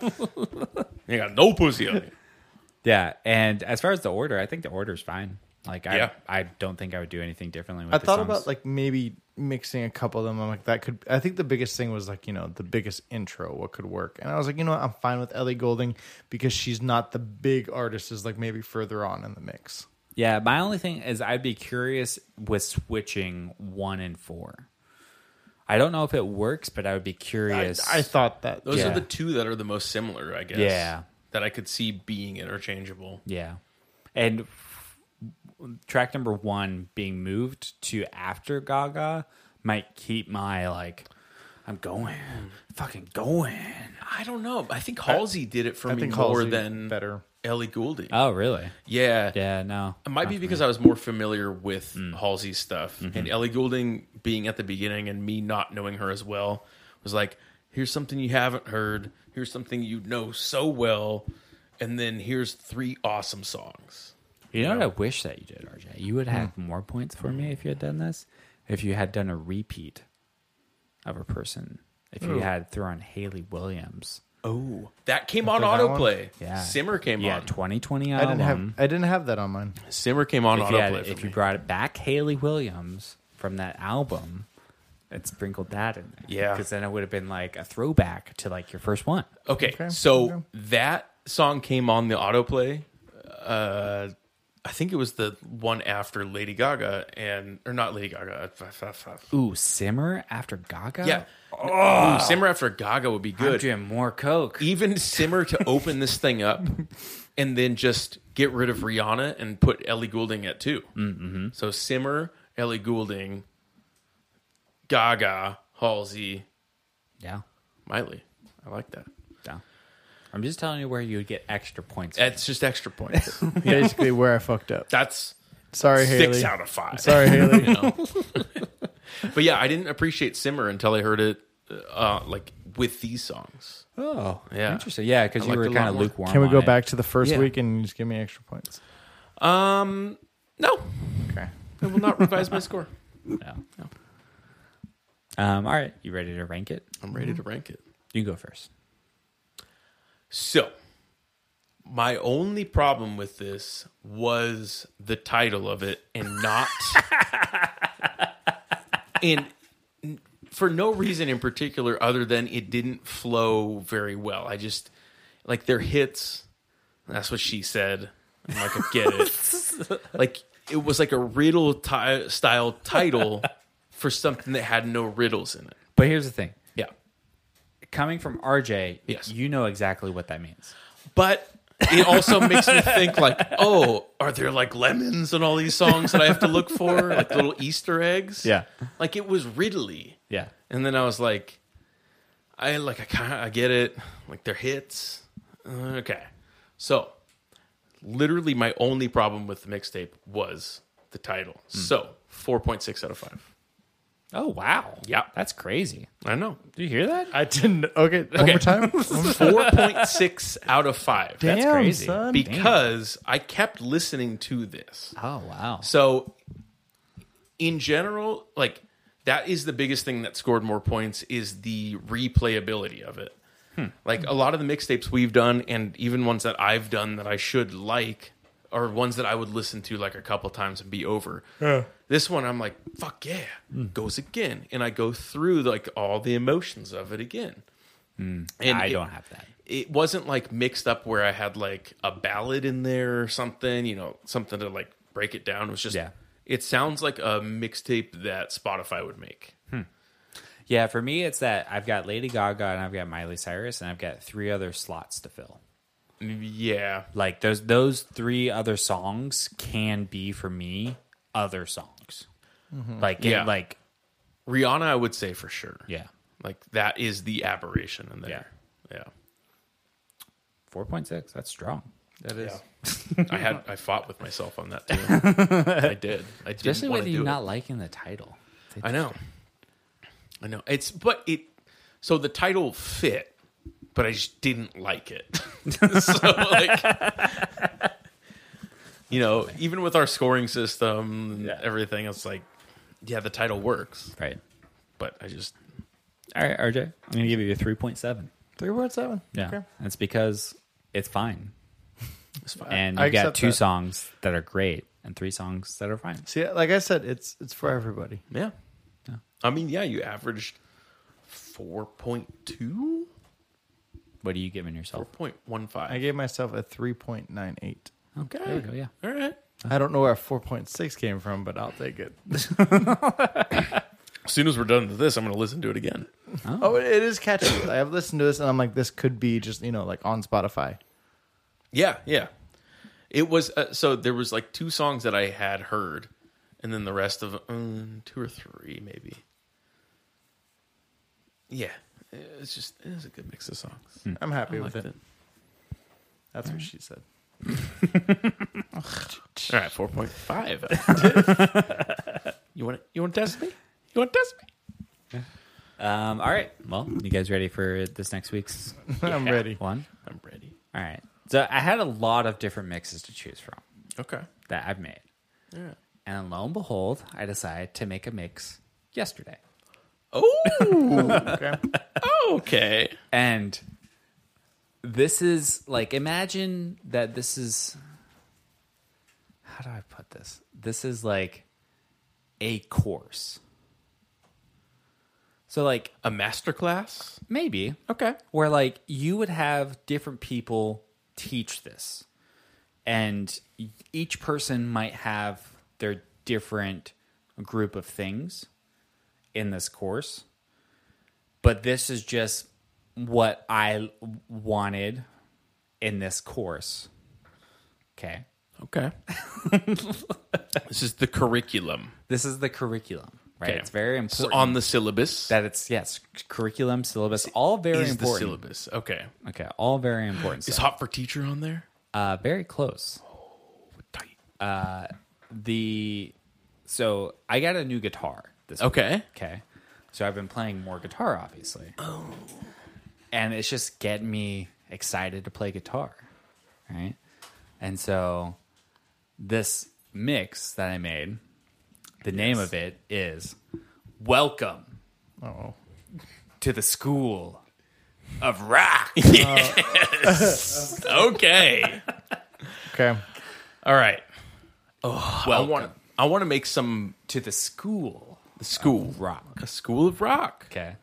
[SPEAKER 2] You got no pussy on here.
[SPEAKER 1] Yeah. And as far as the order, I think the order's fine. Like, I,
[SPEAKER 2] Yeah.
[SPEAKER 1] I don't think I would do anything differently with
[SPEAKER 3] I
[SPEAKER 1] the
[SPEAKER 3] thought
[SPEAKER 1] songs.
[SPEAKER 3] about like maybe mixing a couple of them. I'm like, that could. I think the biggest thing was like you know the biggest intro, what could work. And I was like, you know what, I'm fine with Ellie Golding because she's not the big artist. Is like maybe further on in the mix.
[SPEAKER 1] Yeah, my only thing is I'd be curious with switching one and four. I don't know if it works, but I would be
[SPEAKER 3] I,
[SPEAKER 1] curious.
[SPEAKER 3] I thought that.
[SPEAKER 2] Those
[SPEAKER 1] Yeah.
[SPEAKER 2] are the two that are the most similar, I guess.
[SPEAKER 1] Yeah.
[SPEAKER 2] That I could see being interchangeable.
[SPEAKER 1] yeah, and f- track number one being moved to after Gaga might keep my like, I'm going, fucking going.
[SPEAKER 2] I don't know. I think Halsey did it for
[SPEAKER 3] I
[SPEAKER 2] me
[SPEAKER 3] think
[SPEAKER 2] more
[SPEAKER 3] Halsey
[SPEAKER 2] than
[SPEAKER 3] better. Uh,
[SPEAKER 2] Ellie Goulding.
[SPEAKER 1] Oh, really?
[SPEAKER 2] yeah.
[SPEAKER 1] Yeah, no.
[SPEAKER 2] It might be because I was more familiar with
[SPEAKER 1] Mm.
[SPEAKER 2] Halsey's stuff.
[SPEAKER 1] Mm-hmm.
[SPEAKER 2] And Ellie Goulding being at the beginning and me not knowing her as well was like, here's something you haven't heard. Here's something you know so well. And then here's three awesome songs.
[SPEAKER 1] You know what I wish that you did, RJ? You would have more points for me if you had done this. If you had done a repeat of a person. If you had thrown Haley Williams.
[SPEAKER 2] Oh. That came on
[SPEAKER 3] that one?
[SPEAKER 2] autoplay.
[SPEAKER 1] Yeah.
[SPEAKER 2] Simmer came
[SPEAKER 1] yeah,
[SPEAKER 2] on.
[SPEAKER 1] 2020
[SPEAKER 3] I
[SPEAKER 1] album.
[SPEAKER 3] didn't have. I didn't have that on mine.
[SPEAKER 2] Simmer came on
[SPEAKER 1] if you, had-
[SPEAKER 2] autoplay. for
[SPEAKER 1] if you
[SPEAKER 2] me.
[SPEAKER 1] brought it back Haley Williams from that album, it sprinkled that in there.
[SPEAKER 2] Yeah.
[SPEAKER 1] Because then it would have been like a throwback to like your first one.
[SPEAKER 2] Okay,
[SPEAKER 3] Okay,
[SPEAKER 2] so
[SPEAKER 3] okay.
[SPEAKER 2] that song came on the autoplay. Uh, I think it was the one after Lady Gaga and or not Lady Gaga. uh, f- f- f-
[SPEAKER 1] Ooh, Simmer after Gaga?
[SPEAKER 2] Yeah, Ooh, Simmer after Gaga would be
[SPEAKER 1] I'm
[SPEAKER 2] good. E
[SPEAKER 1] doing more Coke.
[SPEAKER 2] Even Simmer to open this thing up, and then just get rid of Rihanna and put Ellie Goulding at 2 Mm-hmm. So Simmer, Ellie Goulding, Gaga, Halsey,
[SPEAKER 1] Yeah.
[SPEAKER 2] Miley. I like that.
[SPEAKER 1] Yeah. I'm just telling you where you would get extra points.
[SPEAKER 2] That's just extra points.
[SPEAKER 3] Basically, where I fucked up.
[SPEAKER 2] That's
[SPEAKER 3] Sorry, Haley.
[SPEAKER 2] six out of five.
[SPEAKER 3] Sorry, Haley.
[SPEAKER 2] But yeah, I didn't appreciate Simmer until I heard it uh, like with these songs.
[SPEAKER 1] oh,
[SPEAKER 2] Yeah.
[SPEAKER 1] Interesting. Yeah, because
[SPEAKER 2] I
[SPEAKER 1] you
[SPEAKER 2] liked
[SPEAKER 1] were
[SPEAKER 2] it a
[SPEAKER 1] kind
[SPEAKER 2] lot
[SPEAKER 1] of
[SPEAKER 2] more.
[SPEAKER 1] lukewarm.
[SPEAKER 3] Can we
[SPEAKER 1] on
[SPEAKER 3] go
[SPEAKER 1] it.
[SPEAKER 3] back to the first
[SPEAKER 1] Yeah.
[SPEAKER 3] week and just give me extra points?
[SPEAKER 2] Um, no,
[SPEAKER 3] Okay.
[SPEAKER 2] I will not revise my score.
[SPEAKER 1] No. Um, all right. You ready to rank it?
[SPEAKER 2] I'm ready to rank it.
[SPEAKER 1] You can go first.
[SPEAKER 2] So, my only problem with this was the title of it and not. and for no reason in particular other than it didn't flow very well. I just, like, their hits. That's what she said. I'm like, I get it. like, it was like a riddle ti- style title for something that had no riddles in it.
[SPEAKER 1] But here's the thing.
[SPEAKER 2] Yeah.
[SPEAKER 1] Coming from RJ,
[SPEAKER 2] Yes.
[SPEAKER 1] you know exactly what that means.
[SPEAKER 2] but it also makes me think like oh are there like lemons and all these songs that i have to look for like little easter eggs
[SPEAKER 1] Yeah.
[SPEAKER 2] like it was riddly
[SPEAKER 1] Yeah.
[SPEAKER 2] and then i was like i like i kind of i get it like they're hits Uh, okay so literally my only problem with the mixtape was the title so 4.6 out of 5
[SPEAKER 1] Oh wow.
[SPEAKER 2] Yeah.
[SPEAKER 1] That's crazy.
[SPEAKER 2] I know.
[SPEAKER 1] Do you hear that?
[SPEAKER 3] I didn't. Okay, one more time.
[SPEAKER 2] Four point six out of five.
[SPEAKER 1] That's
[SPEAKER 3] Damn,
[SPEAKER 1] crazy.
[SPEAKER 3] son.
[SPEAKER 2] because I kept listening to this.
[SPEAKER 1] Oh wow.
[SPEAKER 2] So, in general, like that is the biggest thing that scored more points is the replayability of it.
[SPEAKER 1] Hmm.
[SPEAKER 2] Like a lot of the mixtapes we've done, and even ones that I've done that I should like, are ones that I would listen to like a couple times and be over. This one, I'm like, fuck yeah,
[SPEAKER 1] Hmm.
[SPEAKER 2] goes again, and I go through like all the emotions of it again. And
[SPEAKER 1] Hmm. I
[SPEAKER 2] it-
[SPEAKER 1] don't have that.
[SPEAKER 2] it wasn't like mixed up where I had like a ballad in there or something, you know, something to like break it down. It was just,
[SPEAKER 1] Yeah.
[SPEAKER 2] it sounds like a mixtape that Spotify would make.
[SPEAKER 1] Yeah, for me it's that I've got Lady Gaga and I've got Miley Cyrus and I've got three other slots to fill.
[SPEAKER 2] Yeah.
[SPEAKER 1] Like those those three other songs can be for me other songs.
[SPEAKER 3] Mm-hmm.
[SPEAKER 1] Like yeah.
[SPEAKER 2] Yeah.
[SPEAKER 1] like
[SPEAKER 2] Rihanna, I would say for sure.
[SPEAKER 1] yeah.
[SPEAKER 2] Like that is the aberration in there. Yeah.
[SPEAKER 1] 4.6. That's strong. That is.
[SPEAKER 2] I had, I fought with myself on that too. I did. I
[SPEAKER 1] Especially
[SPEAKER 2] didn't want
[SPEAKER 1] with
[SPEAKER 2] to
[SPEAKER 1] you
[SPEAKER 2] do it.
[SPEAKER 1] not liking the title. They just-
[SPEAKER 2] I know. I know. It's but it so the title fit, but I just didn't like it. so like you know, even with our scoring system and
[SPEAKER 1] Yeah.
[SPEAKER 2] everything, it's like yeah, the title works,
[SPEAKER 1] Right.
[SPEAKER 2] but I just
[SPEAKER 1] All right, RJ. I'm going to give you a 3.7.
[SPEAKER 3] Three point seven.
[SPEAKER 1] Yeah. That's because it's fine.
[SPEAKER 2] it's fine.
[SPEAKER 1] And
[SPEAKER 3] I
[SPEAKER 1] you got
[SPEAKER 3] accept
[SPEAKER 1] two
[SPEAKER 3] that.
[SPEAKER 1] songs that are great and three songs that are fine.
[SPEAKER 3] See, like I said, it's it's for everybody.
[SPEAKER 2] yeah. I mean, yeah, you averaged 4.2
[SPEAKER 1] What are you giving yourself?
[SPEAKER 2] 4.15.
[SPEAKER 3] I gave myself a three point nine eight.
[SPEAKER 1] Okay. There you go. Yeah.
[SPEAKER 2] All right.
[SPEAKER 3] I don't know where four point six came from, but I'll take it.
[SPEAKER 2] As soon as we're done with this, I'm going to listen to it again.
[SPEAKER 3] Oh, it is catchy. I have listened to this and I'm like, this could be just you know like on Spotify.
[SPEAKER 2] Yeah, yeah. It was uh, so there was like two songs that I had heard, and then the rest of um, two or three maybe. Yeah, it's just it's a good mix of songs.
[SPEAKER 1] Mm.
[SPEAKER 3] I'm happy
[SPEAKER 2] I
[SPEAKER 3] with
[SPEAKER 2] liked
[SPEAKER 3] it.
[SPEAKER 2] it.
[SPEAKER 3] That's what she said.
[SPEAKER 2] All right, four point five. you want you want to test me? You want to test me?
[SPEAKER 1] Um, all right. Well, you guys ready for this next week's
[SPEAKER 3] I'm ready.
[SPEAKER 1] one?
[SPEAKER 2] I'm ready.
[SPEAKER 1] All right. So I had a lot of different mixes to choose from
[SPEAKER 2] Okay.
[SPEAKER 1] that I've made.
[SPEAKER 2] Yeah.
[SPEAKER 1] And lo and behold, I decided to make a mix yesterday.
[SPEAKER 2] Oh,
[SPEAKER 3] Okay.
[SPEAKER 2] okay.
[SPEAKER 1] And this is like imagine that this is how do I put this? This is like a course. So like
[SPEAKER 2] A masterclass.
[SPEAKER 1] maybe
[SPEAKER 2] Okay.
[SPEAKER 1] where like you would have different people teach this and each person might have their different group of things in this course but this is just what i wanted in this course okay
[SPEAKER 2] Okay. this is the curriculum.
[SPEAKER 1] this is the curriculum right
[SPEAKER 2] Okay.
[SPEAKER 1] it's very
[SPEAKER 2] It's
[SPEAKER 1] important
[SPEAKER 2] on the syllabus.
[SPEAKER 1] that it's yes curriculum syllabus all very
[SPEAKER 2] is the
[SPEAKER 1] important
[SPEAKER 2] syllabus. Okay.
[SPEAKER 1] okay all very important
[SPEAKER 2] Is
[SPEAKER 1] stuff.
[SPEAKER 2] Hot for Teacher on there?
[SPEAKER 1] uh very close
[SPEAKER 2] Tight.
[SPEAKER 1] the so I got a new guitar this week,
[SPEAKER 2] Okay.
[SPEAKER 1] okay. So I've been playing more guitar obviously. Oh. And it's just getting me excited to play guitar. Right? And so this mix that I made, the name of it is Welcome
[SPEAKER 3] Oh.
[SPEAKER 1] to the School of Rock.
[SPEAKER 2] Okay.
[SPEAKER 3] Okay.
[SPEAKER 2] All right. I
[SPEAKER 1] Welcome
[SPEAKER 2] want to. I want to make some
[SPEAKER 1] to the School
[SPEAKER 2] school
[SPEAKER 1] Rock.
[SPEAKER 2] a school of rock.
[SPEAKER 1] Okay.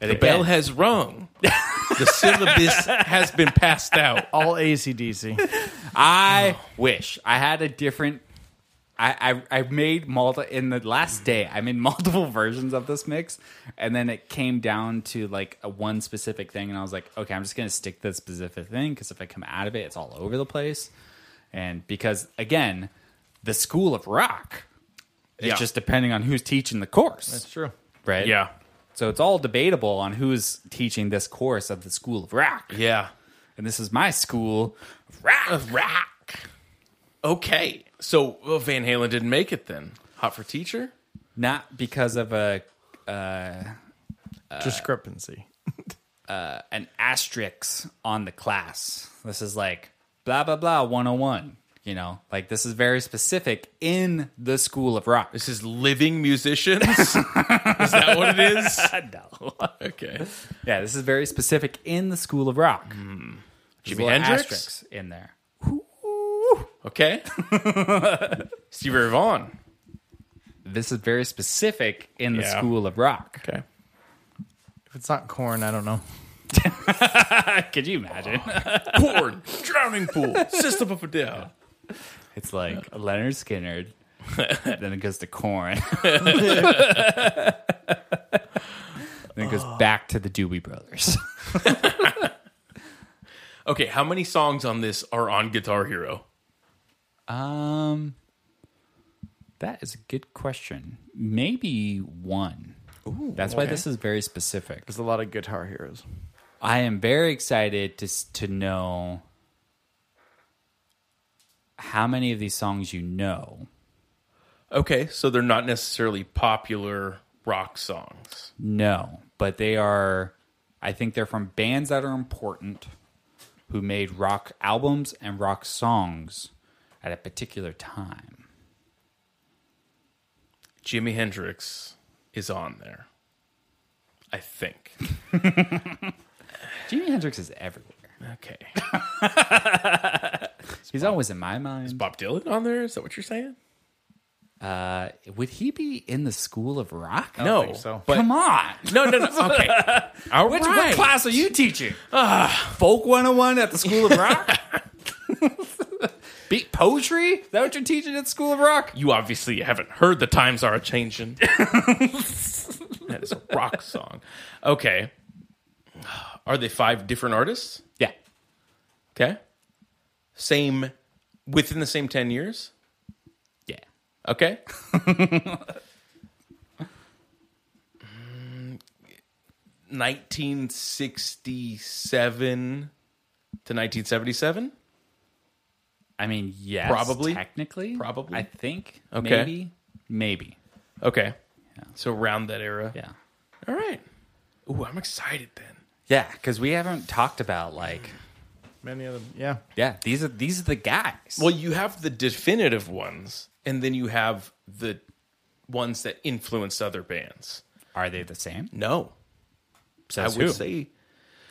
[SPEAKER 2] The bell has rung. the syllabus has been passed out.
[SPEAKER 3] All ACDC.
[SPEAKER 1] I
[SPEAKER 2] Oh.
[SPEAKER 1] wish I had a different. I, I I made multi in the last day. I made multiple versions of this mix, and then it came down to like a one specific thing, and I was like, okay, I'm just gonna stick to this specific thing because if I come out of it, it's all over the place, and because again, the school of rock,
[SPEAKER 2] Yeah.
[SPEAKER 1] it's just depending on who's teaching the course,
[SPEAKER 3] That's true.
[SPEAKER 1] right?
[SPEAKER 2] Yeah.
[SPEAKER 1] So it's all debatable on who's teaching this course of the school of rock,
[SPEAKER 2] Yeah.
[SPEAKER 1] and this is my school of rock.
[SPEAKER 2] Of rock. Okay. So well, Van Halen didn't make it then. Hot for teacher.
[SPEAKER 1] not because of a uh,
[SPEAKER 3] discrepancy.
[SPEAKER 1] an asterisk on the class. This is like blah blah blah 101. You know, like this is very specific in the school of rock.
[SPEAKER 2] This is living musicians. is that what it is?
[SPEAKER 1] no.
[SPEAKER 2] Okay.
[SPEAKER 1] yeah, this is very specific in the school of rock. There's a
[SPEAKER 2] Jimi
[SPEAKER 1] little
[SPEAKER 2] Hendrix?
[SPEAKER 1] asterisks in there.
[SPEAKER 2] Okay. Stevie Ray Vaughan.
[SPEAKER 1] This is very specific in the
[SPEAKER 2] Yeah.
[SPEAKER 1] school of rock.
[SPEAKER 2] Okay.
[SPEAKER 3] If it's not corn, I don't know.
[SPEAKER 1] Could you imagine?
[SPEAKER 2] Porn, drowning pool, system of a down.
[SPEAKER 1] It's like Leonard Skinner, then it goes to corn. then it goes back to the Doobie Brothers.
[SPEAKER 2] Okay, how many songs on this are on Guitar Hero?
[SPEAKER 1] Um, that is a good question. Maybe one. That's why
[SPEAKER 2] okay.
[SPEAKER 1] this is very specific.
[SPEAKER 3] There's a lot of guitar heroes.
[SPEAKER 1] I am very excited to s- to know how many of these songs you know.
[SPEAKER 2] Okay, so they're not necessarily popular rock songs.
[SPEAKER 1] No, but they are. I think they're from bands that are important, who made rock albums and rock songs at a particular time.
[SPEAKER 2] Jimi Hendrix is on there. I think.
[SPEAKER 1] Jimi Hendrix is everywhere.
[SPEAKER 2] Okay.
[SPEAKER 1] He's always in my mind.
[SPEAKER 2] Bob Dylan on there? Is that what you're saying?
[SPEAKER 1] Uh, would he be in the school of rock?
[SPEAKER 2] no.
[SPEAKER 3] think so.
[SPEAKER 2] But
[SPEAKER 1] Come on.
[SPEAKER 2] no, no, no. Okay. All
[SPEAKER 1] Which, What
[SPEAKER 2] right.
[SPEAKER 1] class are you teaching? Folk 101 at the School of Rock? Beat poetry? Is that what you're teaching at the School of Rock?
[SPEAKER 2] You obviously haven't heard the times are a changing. that is a rock song. Okay. Are they five different artists?
[SPEAKER 1] Yeah.
[SPEAKER 2] Okay. Same within the same 10 years?
[SPEAKER 1] Yeah.
[SPEAKER 2] Okay. Mm, 1967 to 1977?
[SPEAKER 1] I mean, yes.
[SPEAKER 2] Probably.
[SPEAKER 1] Technically.
[SPEAKER 2] Probably.
[SPEAKER 1] I think.
[SPEAKER 2] Okay.
[SPEAKER 1] Maybe. Maybe.
[SPEAKER 2] Okay. So around that era.
[SPEAKER 1] Yeah.
[SPEAKER 2] All right. Ooh, I'm excited then.
[SPEAKER 1] Yeah, because we haven't talked about like,
[SPEAKER 3] Many of them. Yeah.
[SPEAKER 1] yeah, these are these are the guys.
[SPEAKER 2] Well, you have the definitive ones, and then you have the ones that influenced other bands.
[SPEAKER 1] are they the same?
[SPEAKER 2] No,
[SPEAKER 1] Says
[SPEAKER 2] I would
[SPEAKER 1] who?
[SPEAKER 2] say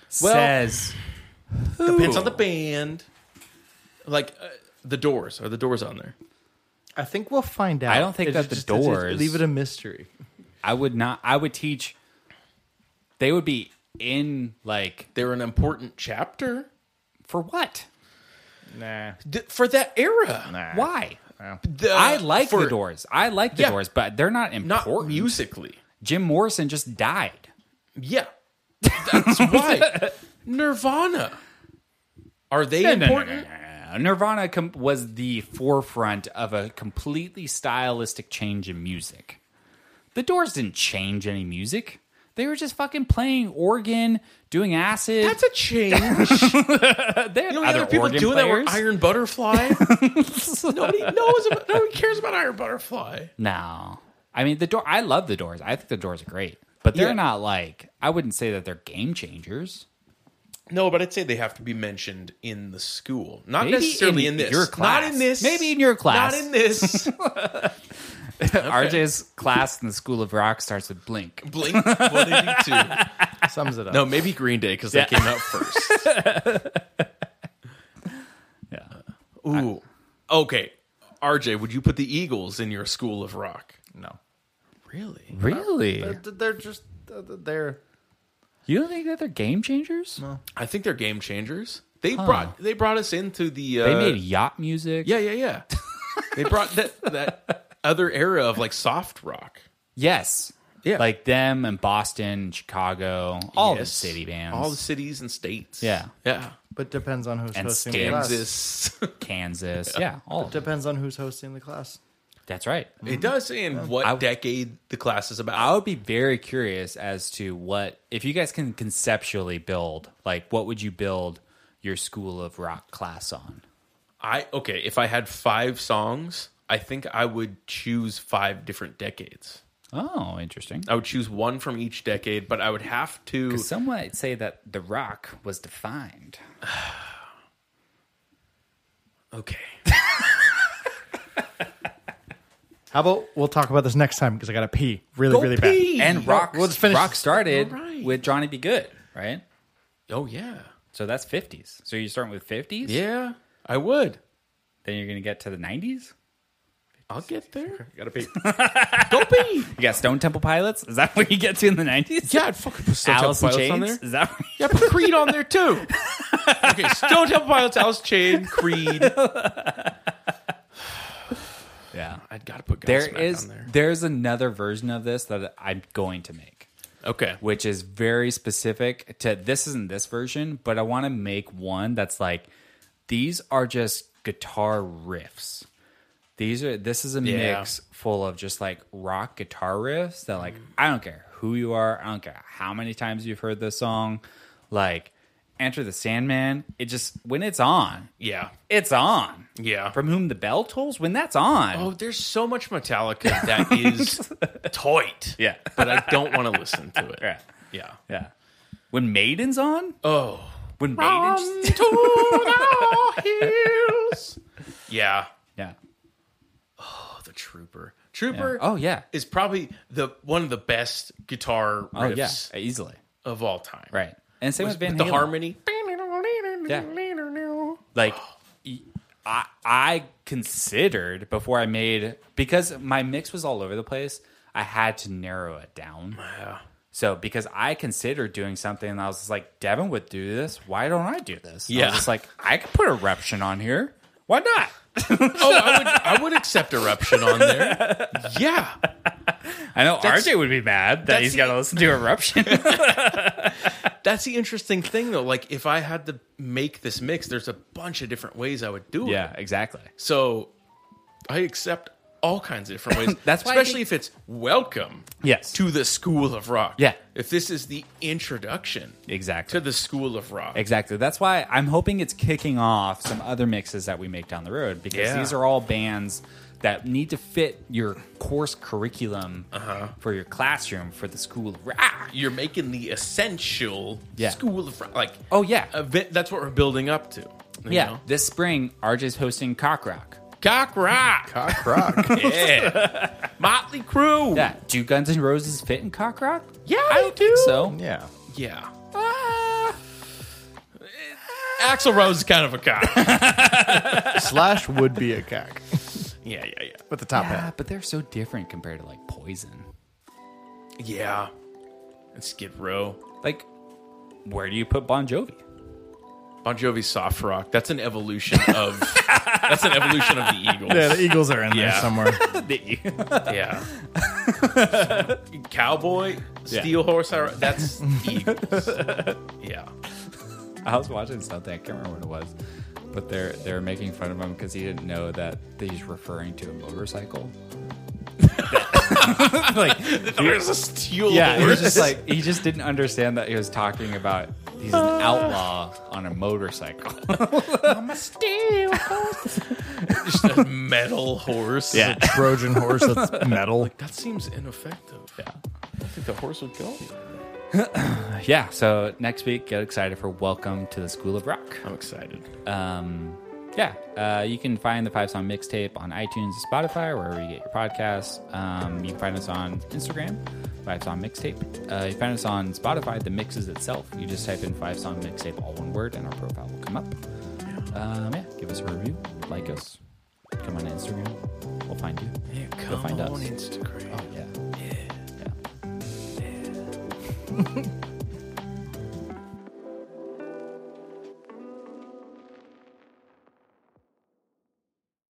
[SPEAKER 1] Says
[SPEAKER 2] depends on the band. Like uh, the Doors are the Doors on there?
[SPEAKER 3] I think we'll find out.
[SPEAKER 1] I don't think
[SPEAKER 3] It's
[SPEAKER 1] that the
[SPEAKER 3] it's
[SPEAKER 1] Doors-
[SPEAKER 3] leave it a mystery.
[SPEAKER 1] I would not. I would teach. They would be in like
[SPEAKER 2] They're an important chapter
[SPEAKER 1] for what?
[SPEAKER 3] Nah.
[SPEAKER 2] D- for that era.
[SPEAKER 1] Why?
[SPEAKER 2] The-
[SPEAKER 1] I like
[SPEAKER 2] Uh, for-
[SPEAKER 1] the Doors. I like the
[SPEAKER 2] Yeah.
[SPEAKER 1] Doors, but they're not
[SPEAKER 2] not
[SPEAKER 1] important.
[SPEAKER 2] musically.
[SPEAKER 1] Jim Morrison just died.
[SPEAKER 2] Yeah, that's why Nirvana. Are they important?
[SPEAKER 1] Nirvana com- was the forefront of a completely stylistic change in music. The Doors didn't change any music. They were just fucking playing organ, doing acid.
[SPEAKER 2] That's a change.
[SPEAKER 1] they had
[SPEAKER 2] You know,
[SPEAKER 1] other
[SPEAKER 2] other, people
[SPEAKER 1] organ
[SPEAKER 2] doing
[SPEAKER 1] players.
[SPEAKER 2] that were Iron Butterfly. nobody knows. About, nobody cares about Iron Butterfly.
[SPEAKER 1] No. I mean the door I love the doors. I think the doors are great. But they're
[SPEAKER 2] Yeah.
[SPEAKER 1] not like I wouldn't say that they're game changers.
[SPEAKER 2] No, but I'd say they have to be mentioned in the school, not
[SPEAKER 1] Maybe
[SPEAKER 2] necessarily
[SPEAKER 1] in
[SPEAKER 2] in, this.
[SPEAKER 1] your
[SPEAKER 2] Not
[SPEAKER 1] class.
[SPEAKER 2] in this.
[SPEAKER 1] Maybe in your class.
[SPEAKER 2] Not in this.
[SPEAKER 1] RJ's class in the School of Rock starts with Blink.
[SPEAKER 2] Blink one eighty two.
[SPEAKER 3] Sums it up.
[SPEAKER 2] No, maybe Green Day because
[SPEAKER 1] Yeah.
[SPEAKER 2] they came out first.
[SPEAKER 1] Yeah.
[SPEAKER 2] Ooh. Okay, RJ, would you put the Eagles in your school of rock?
[SPEAKER 3] No.
[SPEAKER 2] Really?
[SPEAKER 1] Really?
[SPEAKER 3] They're, they're just uh, they're
[SPEAKER 1] You don't think that they're game changers?
[SPEAKER 2] I think they're game changers. They brought they brought us into the. Uh,
[SPEAKER 1] They made yacht music.
[SPEAKER 2] Yeah, yeah, yeah. they brought that that other era of like soft rock.
[SPEAKER 1] Yes.
[SPEAKER 2] Yeah.
[SPEAKER 1] Like them and Boston, Chicago, all the
[SPEAKER 2] Yes.
[SPEAKER 1] city bands.
[SPEAKER 2] all the cities and states.
[SPEAKER 1] Yeah.
[SPEAKER 2] yeah.
[SPEAKER 3] but depends on who's
[SPEAKER 1] And
[SPEAKER 3] hosting
[SPEAKER 1] scams
[SPEAKER 3] the class.
[SPEAKER 2] This
[SPEAKER 1] Kansas. Yeah, all of them.
[SPEAKER 3] Depends on who's hosting the class.
[SPEAKER 1] That's right.
[SPEAKER 2] it does say in what
[SPEAKER 1] I-
[SPEAKER 2] decade the class is
[SPEAKER 1] I
[SPEAKER 2] about.
[SPEAKER 1] would be very curious as to what if you guys can conceptually build like what would you build your school of rock class on?
[SPEAKER 2] I okay. If I had five songs, I think I would choose five different decades.
[SPEAKER 1] Oh, interesting.
[SPEAKER 2] I would choose one from each decade, but I would have to.
[SPEAKER 1] Some might say that the rock was defined.
[SPEAKER 2] Okay.
[SPEAKER 3] How about we'll talk about this next time because I gotta pee really,
[SPEAKER 2] Go
[SPEAKER 3] really
[SPEAKER 2] pee!
[SPEAKER 1] And rock,
[SPEAKER 3] Well, let's finish
[SPEAKER 1] rock
[SPEAKER 3] this.
[SPEAKER 1] started
[SPEAKER 2] All right.
[SPEAKER 1] with Johnny Be Good, right?
[SPEAKER 2] Oh yeah,
[SPEAKER 1] So that's 50s. So you're starting with 50s?
[SPEAKER 2] yeah. I would.
[SPEAKER 1] Then you're going to get to the 90s?
[SPEAKER 2] I'll get there.
[SPEAKER 3] bad. Gotta pee.
[SPEAKER 2] Go pee.
[SPEAKER 1] You got Stone Temple Pilots? Is that what you get to in the 90s?
[SPEAKER 2] Yeah, I'd fucking put Stone
[SPEAKER 1] Alice in
[SPEAKER 2] Temple Pilots
[SPEAKER 1] Chains?
[SPEAKER 2] on there.
[SPEAKER 1] Is that what
[SPEAKER 2] Yeah, put Creed on there too. okay, Stone Temple Pilots, Alice Chain, Creed.
[SPEAKER 1] Yeah.
[SPEAKER 2] I'd got to put Gunsmack
[SPEAKER 1] There is
[SPEAKER 2] on there.
[SPEAKER 1] there's another version of this that I'm going to make,
[SPEAKER 2] Okay.
[SPEAKER 1] which is very specific to this isn't this version, but I want to make one that's like these are just guitar riffs. These are this is a
[SPEAKER 2] Yeah.
[SPEAKER 1] mix full of just like rock guitar riffs that like I don't care who you are, I don't care how many times you've heard this song, like Enter the Sandman, it just when it's on,
[SPEAKER 2] Yeah.
[SPEAKER 1] it's on.
[SPEAKER 2] Yeah.
[SPEAKER 1] From whom the bell tolls when that's on.
[SPEAKER 2] Oh, there's so much Metallica that is tight.
[SPEAKER 1] Yeah.
[SPEAKER 2] But I don't want to listen to it.
[SPEAKER 1] Yeah.
[SPEAKER 2] Yeah.
[SPEAKER 1] Yeah. When Maiden's on?
[SPEAKER 2] Oh.
[SPEAKER 1] When
[SPEAKER 2] From
[SPEAKER 1] Maiden
[SPEAKER 2] to the hills. Yeah.
[SPEAKER 1] Yeah.
[SPEAKER 2] Oh, the Trooper. Trooper
[SPEAKER 1] Oh yeah.
[SPEAKER 2] is probably the one of the best guitar
[SPEAKER 1] Oh yeah.
[SPEAKER 2] riffs
[SPEAKER 1] Easily.
[SPEAKER 2] of all time.
[SPEAKER 1] Right. And same with, Van
[SPEAKER 2] the
[SPEAKER 1] Halen.
[SPEAKER 2] harmony.
[SPEAKER 1] Like y- I I considered before I made because my mix was all over the place, I had to narrow it down.
[SPEAKER 2] Yeah.
[SPEAKER 1] So because I considered doing something and I was just like, Devin would do this. Why don't I do this? And I
[SPEAKER 2] Yeah.
[SPEAKER 1] was just like, I could put eruption on here. Why not?
[SPEAKER 2] Oh, I would, I would accept Eruption on there. Yeah.
[SPEAKER 1] I know RJ would be mad that
[SPEAKER 2] that's
[SPEAKER 1] he's
[SPEAKER 2] the-
[SPEAKER 1] got to listen to eruption.
[SPEAKER 2] That's the interesting thing, though. Like, if I had to make this mix, there's a bunch of different ways I would do it.
[SPEAKER 1] yeah, exactly.
[SPEAKER 2] So I accept all kinds of different ways.
[SPEAKER 1] That's why I
[SPEAKER 2] especially if it's welcome
[SPEAKER 1] Yes.
[SPEAKER 2] to the school of rock.
[SPEAKER 1] Yeah.
[SPEAKER 2] If this is the introduction
[SPEAKER 1] Exactly.
[SPEAKER 2] to the school of rock.
[SPEAKER 1] Exactly. That's why I'm hoping it's kicking off some other mixes that we make down the road because
[SPEAKER 2] Yeah.
[SPEAKER 1] these are all bands that need to fit your course curriculum
[SPEAKER 2] Uh-huh.
[SPEAKER 1] for your classroom for the school of rock.
[SPEAKER 2] You're making the essential
[SPEAKER 1] Yeah.
[SPEAKER 2] school of rock. Like,
[SPEAKER 1] Oh yeah.
[SPEAKER 2] event, that's what we're building up to. you
[SPEAKER 1] yeah.
[SPEAKER 2] know?
[SPEAKER 1] This spring RJ's hosting Cock Rock.
[SPEAKER 2] Cock rock.
[SPEAKER 3] Cock rock.
[SPEAKER 2] yeah. Motley Crue.
[SPEAKER 1] Yeah. Do Guns N' Roses fit in Cock Rock?
[SPEAKER 2] Yeah,
[SPEAKER 1] I don't
[SPEAKER 2] they
[SPEAKER 1] think
[SPEAKER 2] do.
[SPEAKER 1] so.
[SPEAKER 3] yeah.
[SPEAKER 2] Yeah. Ah. Axel Rose is kind of a cock.
[SPEAKER 3] Slash would be a cock
[SPEAKER 2] yeah, yeah, yeah.
[SPEAKER 3] with the top
[SPEAKER 1] Yeah,
[SPEAKER 3] hat.
[SPEAKER 1] but they're so different compared to like Poison.
[SPEAKER 2] Yeah. And Skid Row.
[SPEAKER 1] Like, where do you put Bon Jovi?
[SPEAKER 2] Bon Jovi soft rock. That's an evolution of that's an evolution of the Eagles.
[SPEAKER 3] Yeah, the Eagles are in
[SPEAKER 2] Yeah.
[SPEAKER 3] there somewhere.
[SPEAKER 2] Yeah. Cowboy, steel horse. I- That's Eagles. yeah.
[SPEAKER 1] I was watching something. I can't remember what it was, but they're they're making fun of him because he didn't know that he's referring to a motorcycle. like,
[SPEAKER 2] There's a steel
[SPEAKER 1] yeah, he was
[SPEAKER 2] horse.
[SPEAKER 1] just like Ah. he just didn't understand that he was talking about he's an outlaw on a motorcycle.
[SPEAKER 2] Just a metal horse.
[SPEAKER 1] Yeah.
[SPEAKER 3] Trojan horse that's metal.
[SPEAKER 2] That seems ineffective. Yeah. I don't think the horse would go.
[SPEAKER 1] yeah. So next week, get excited for Welcome to the School of Rock.
[SPEAKER 2] I'm excited.
[SPEAKER 1] Um, yeah, uh, you can find the Five Song Mixtape on iTunes, Spotify, or wherever you get your podcasts. Um, you can find us on Instagram, Five Song Mixtape. Uh, you find us on Spotify, the mixes itself. You just type in Five Song Mixtape, all one word, and our profile will come up. Um, yeah, give us a review, like us, come on Instagram. We'll find you.
[SPEAKER 2] Yeah,
[SPEAKER 1] Go
[SPEAKER 2] come
[SPEAKER 1] find us.
[SPEAKER 2] on Instagram.
[SPEAKER 1] Yeah. yeah.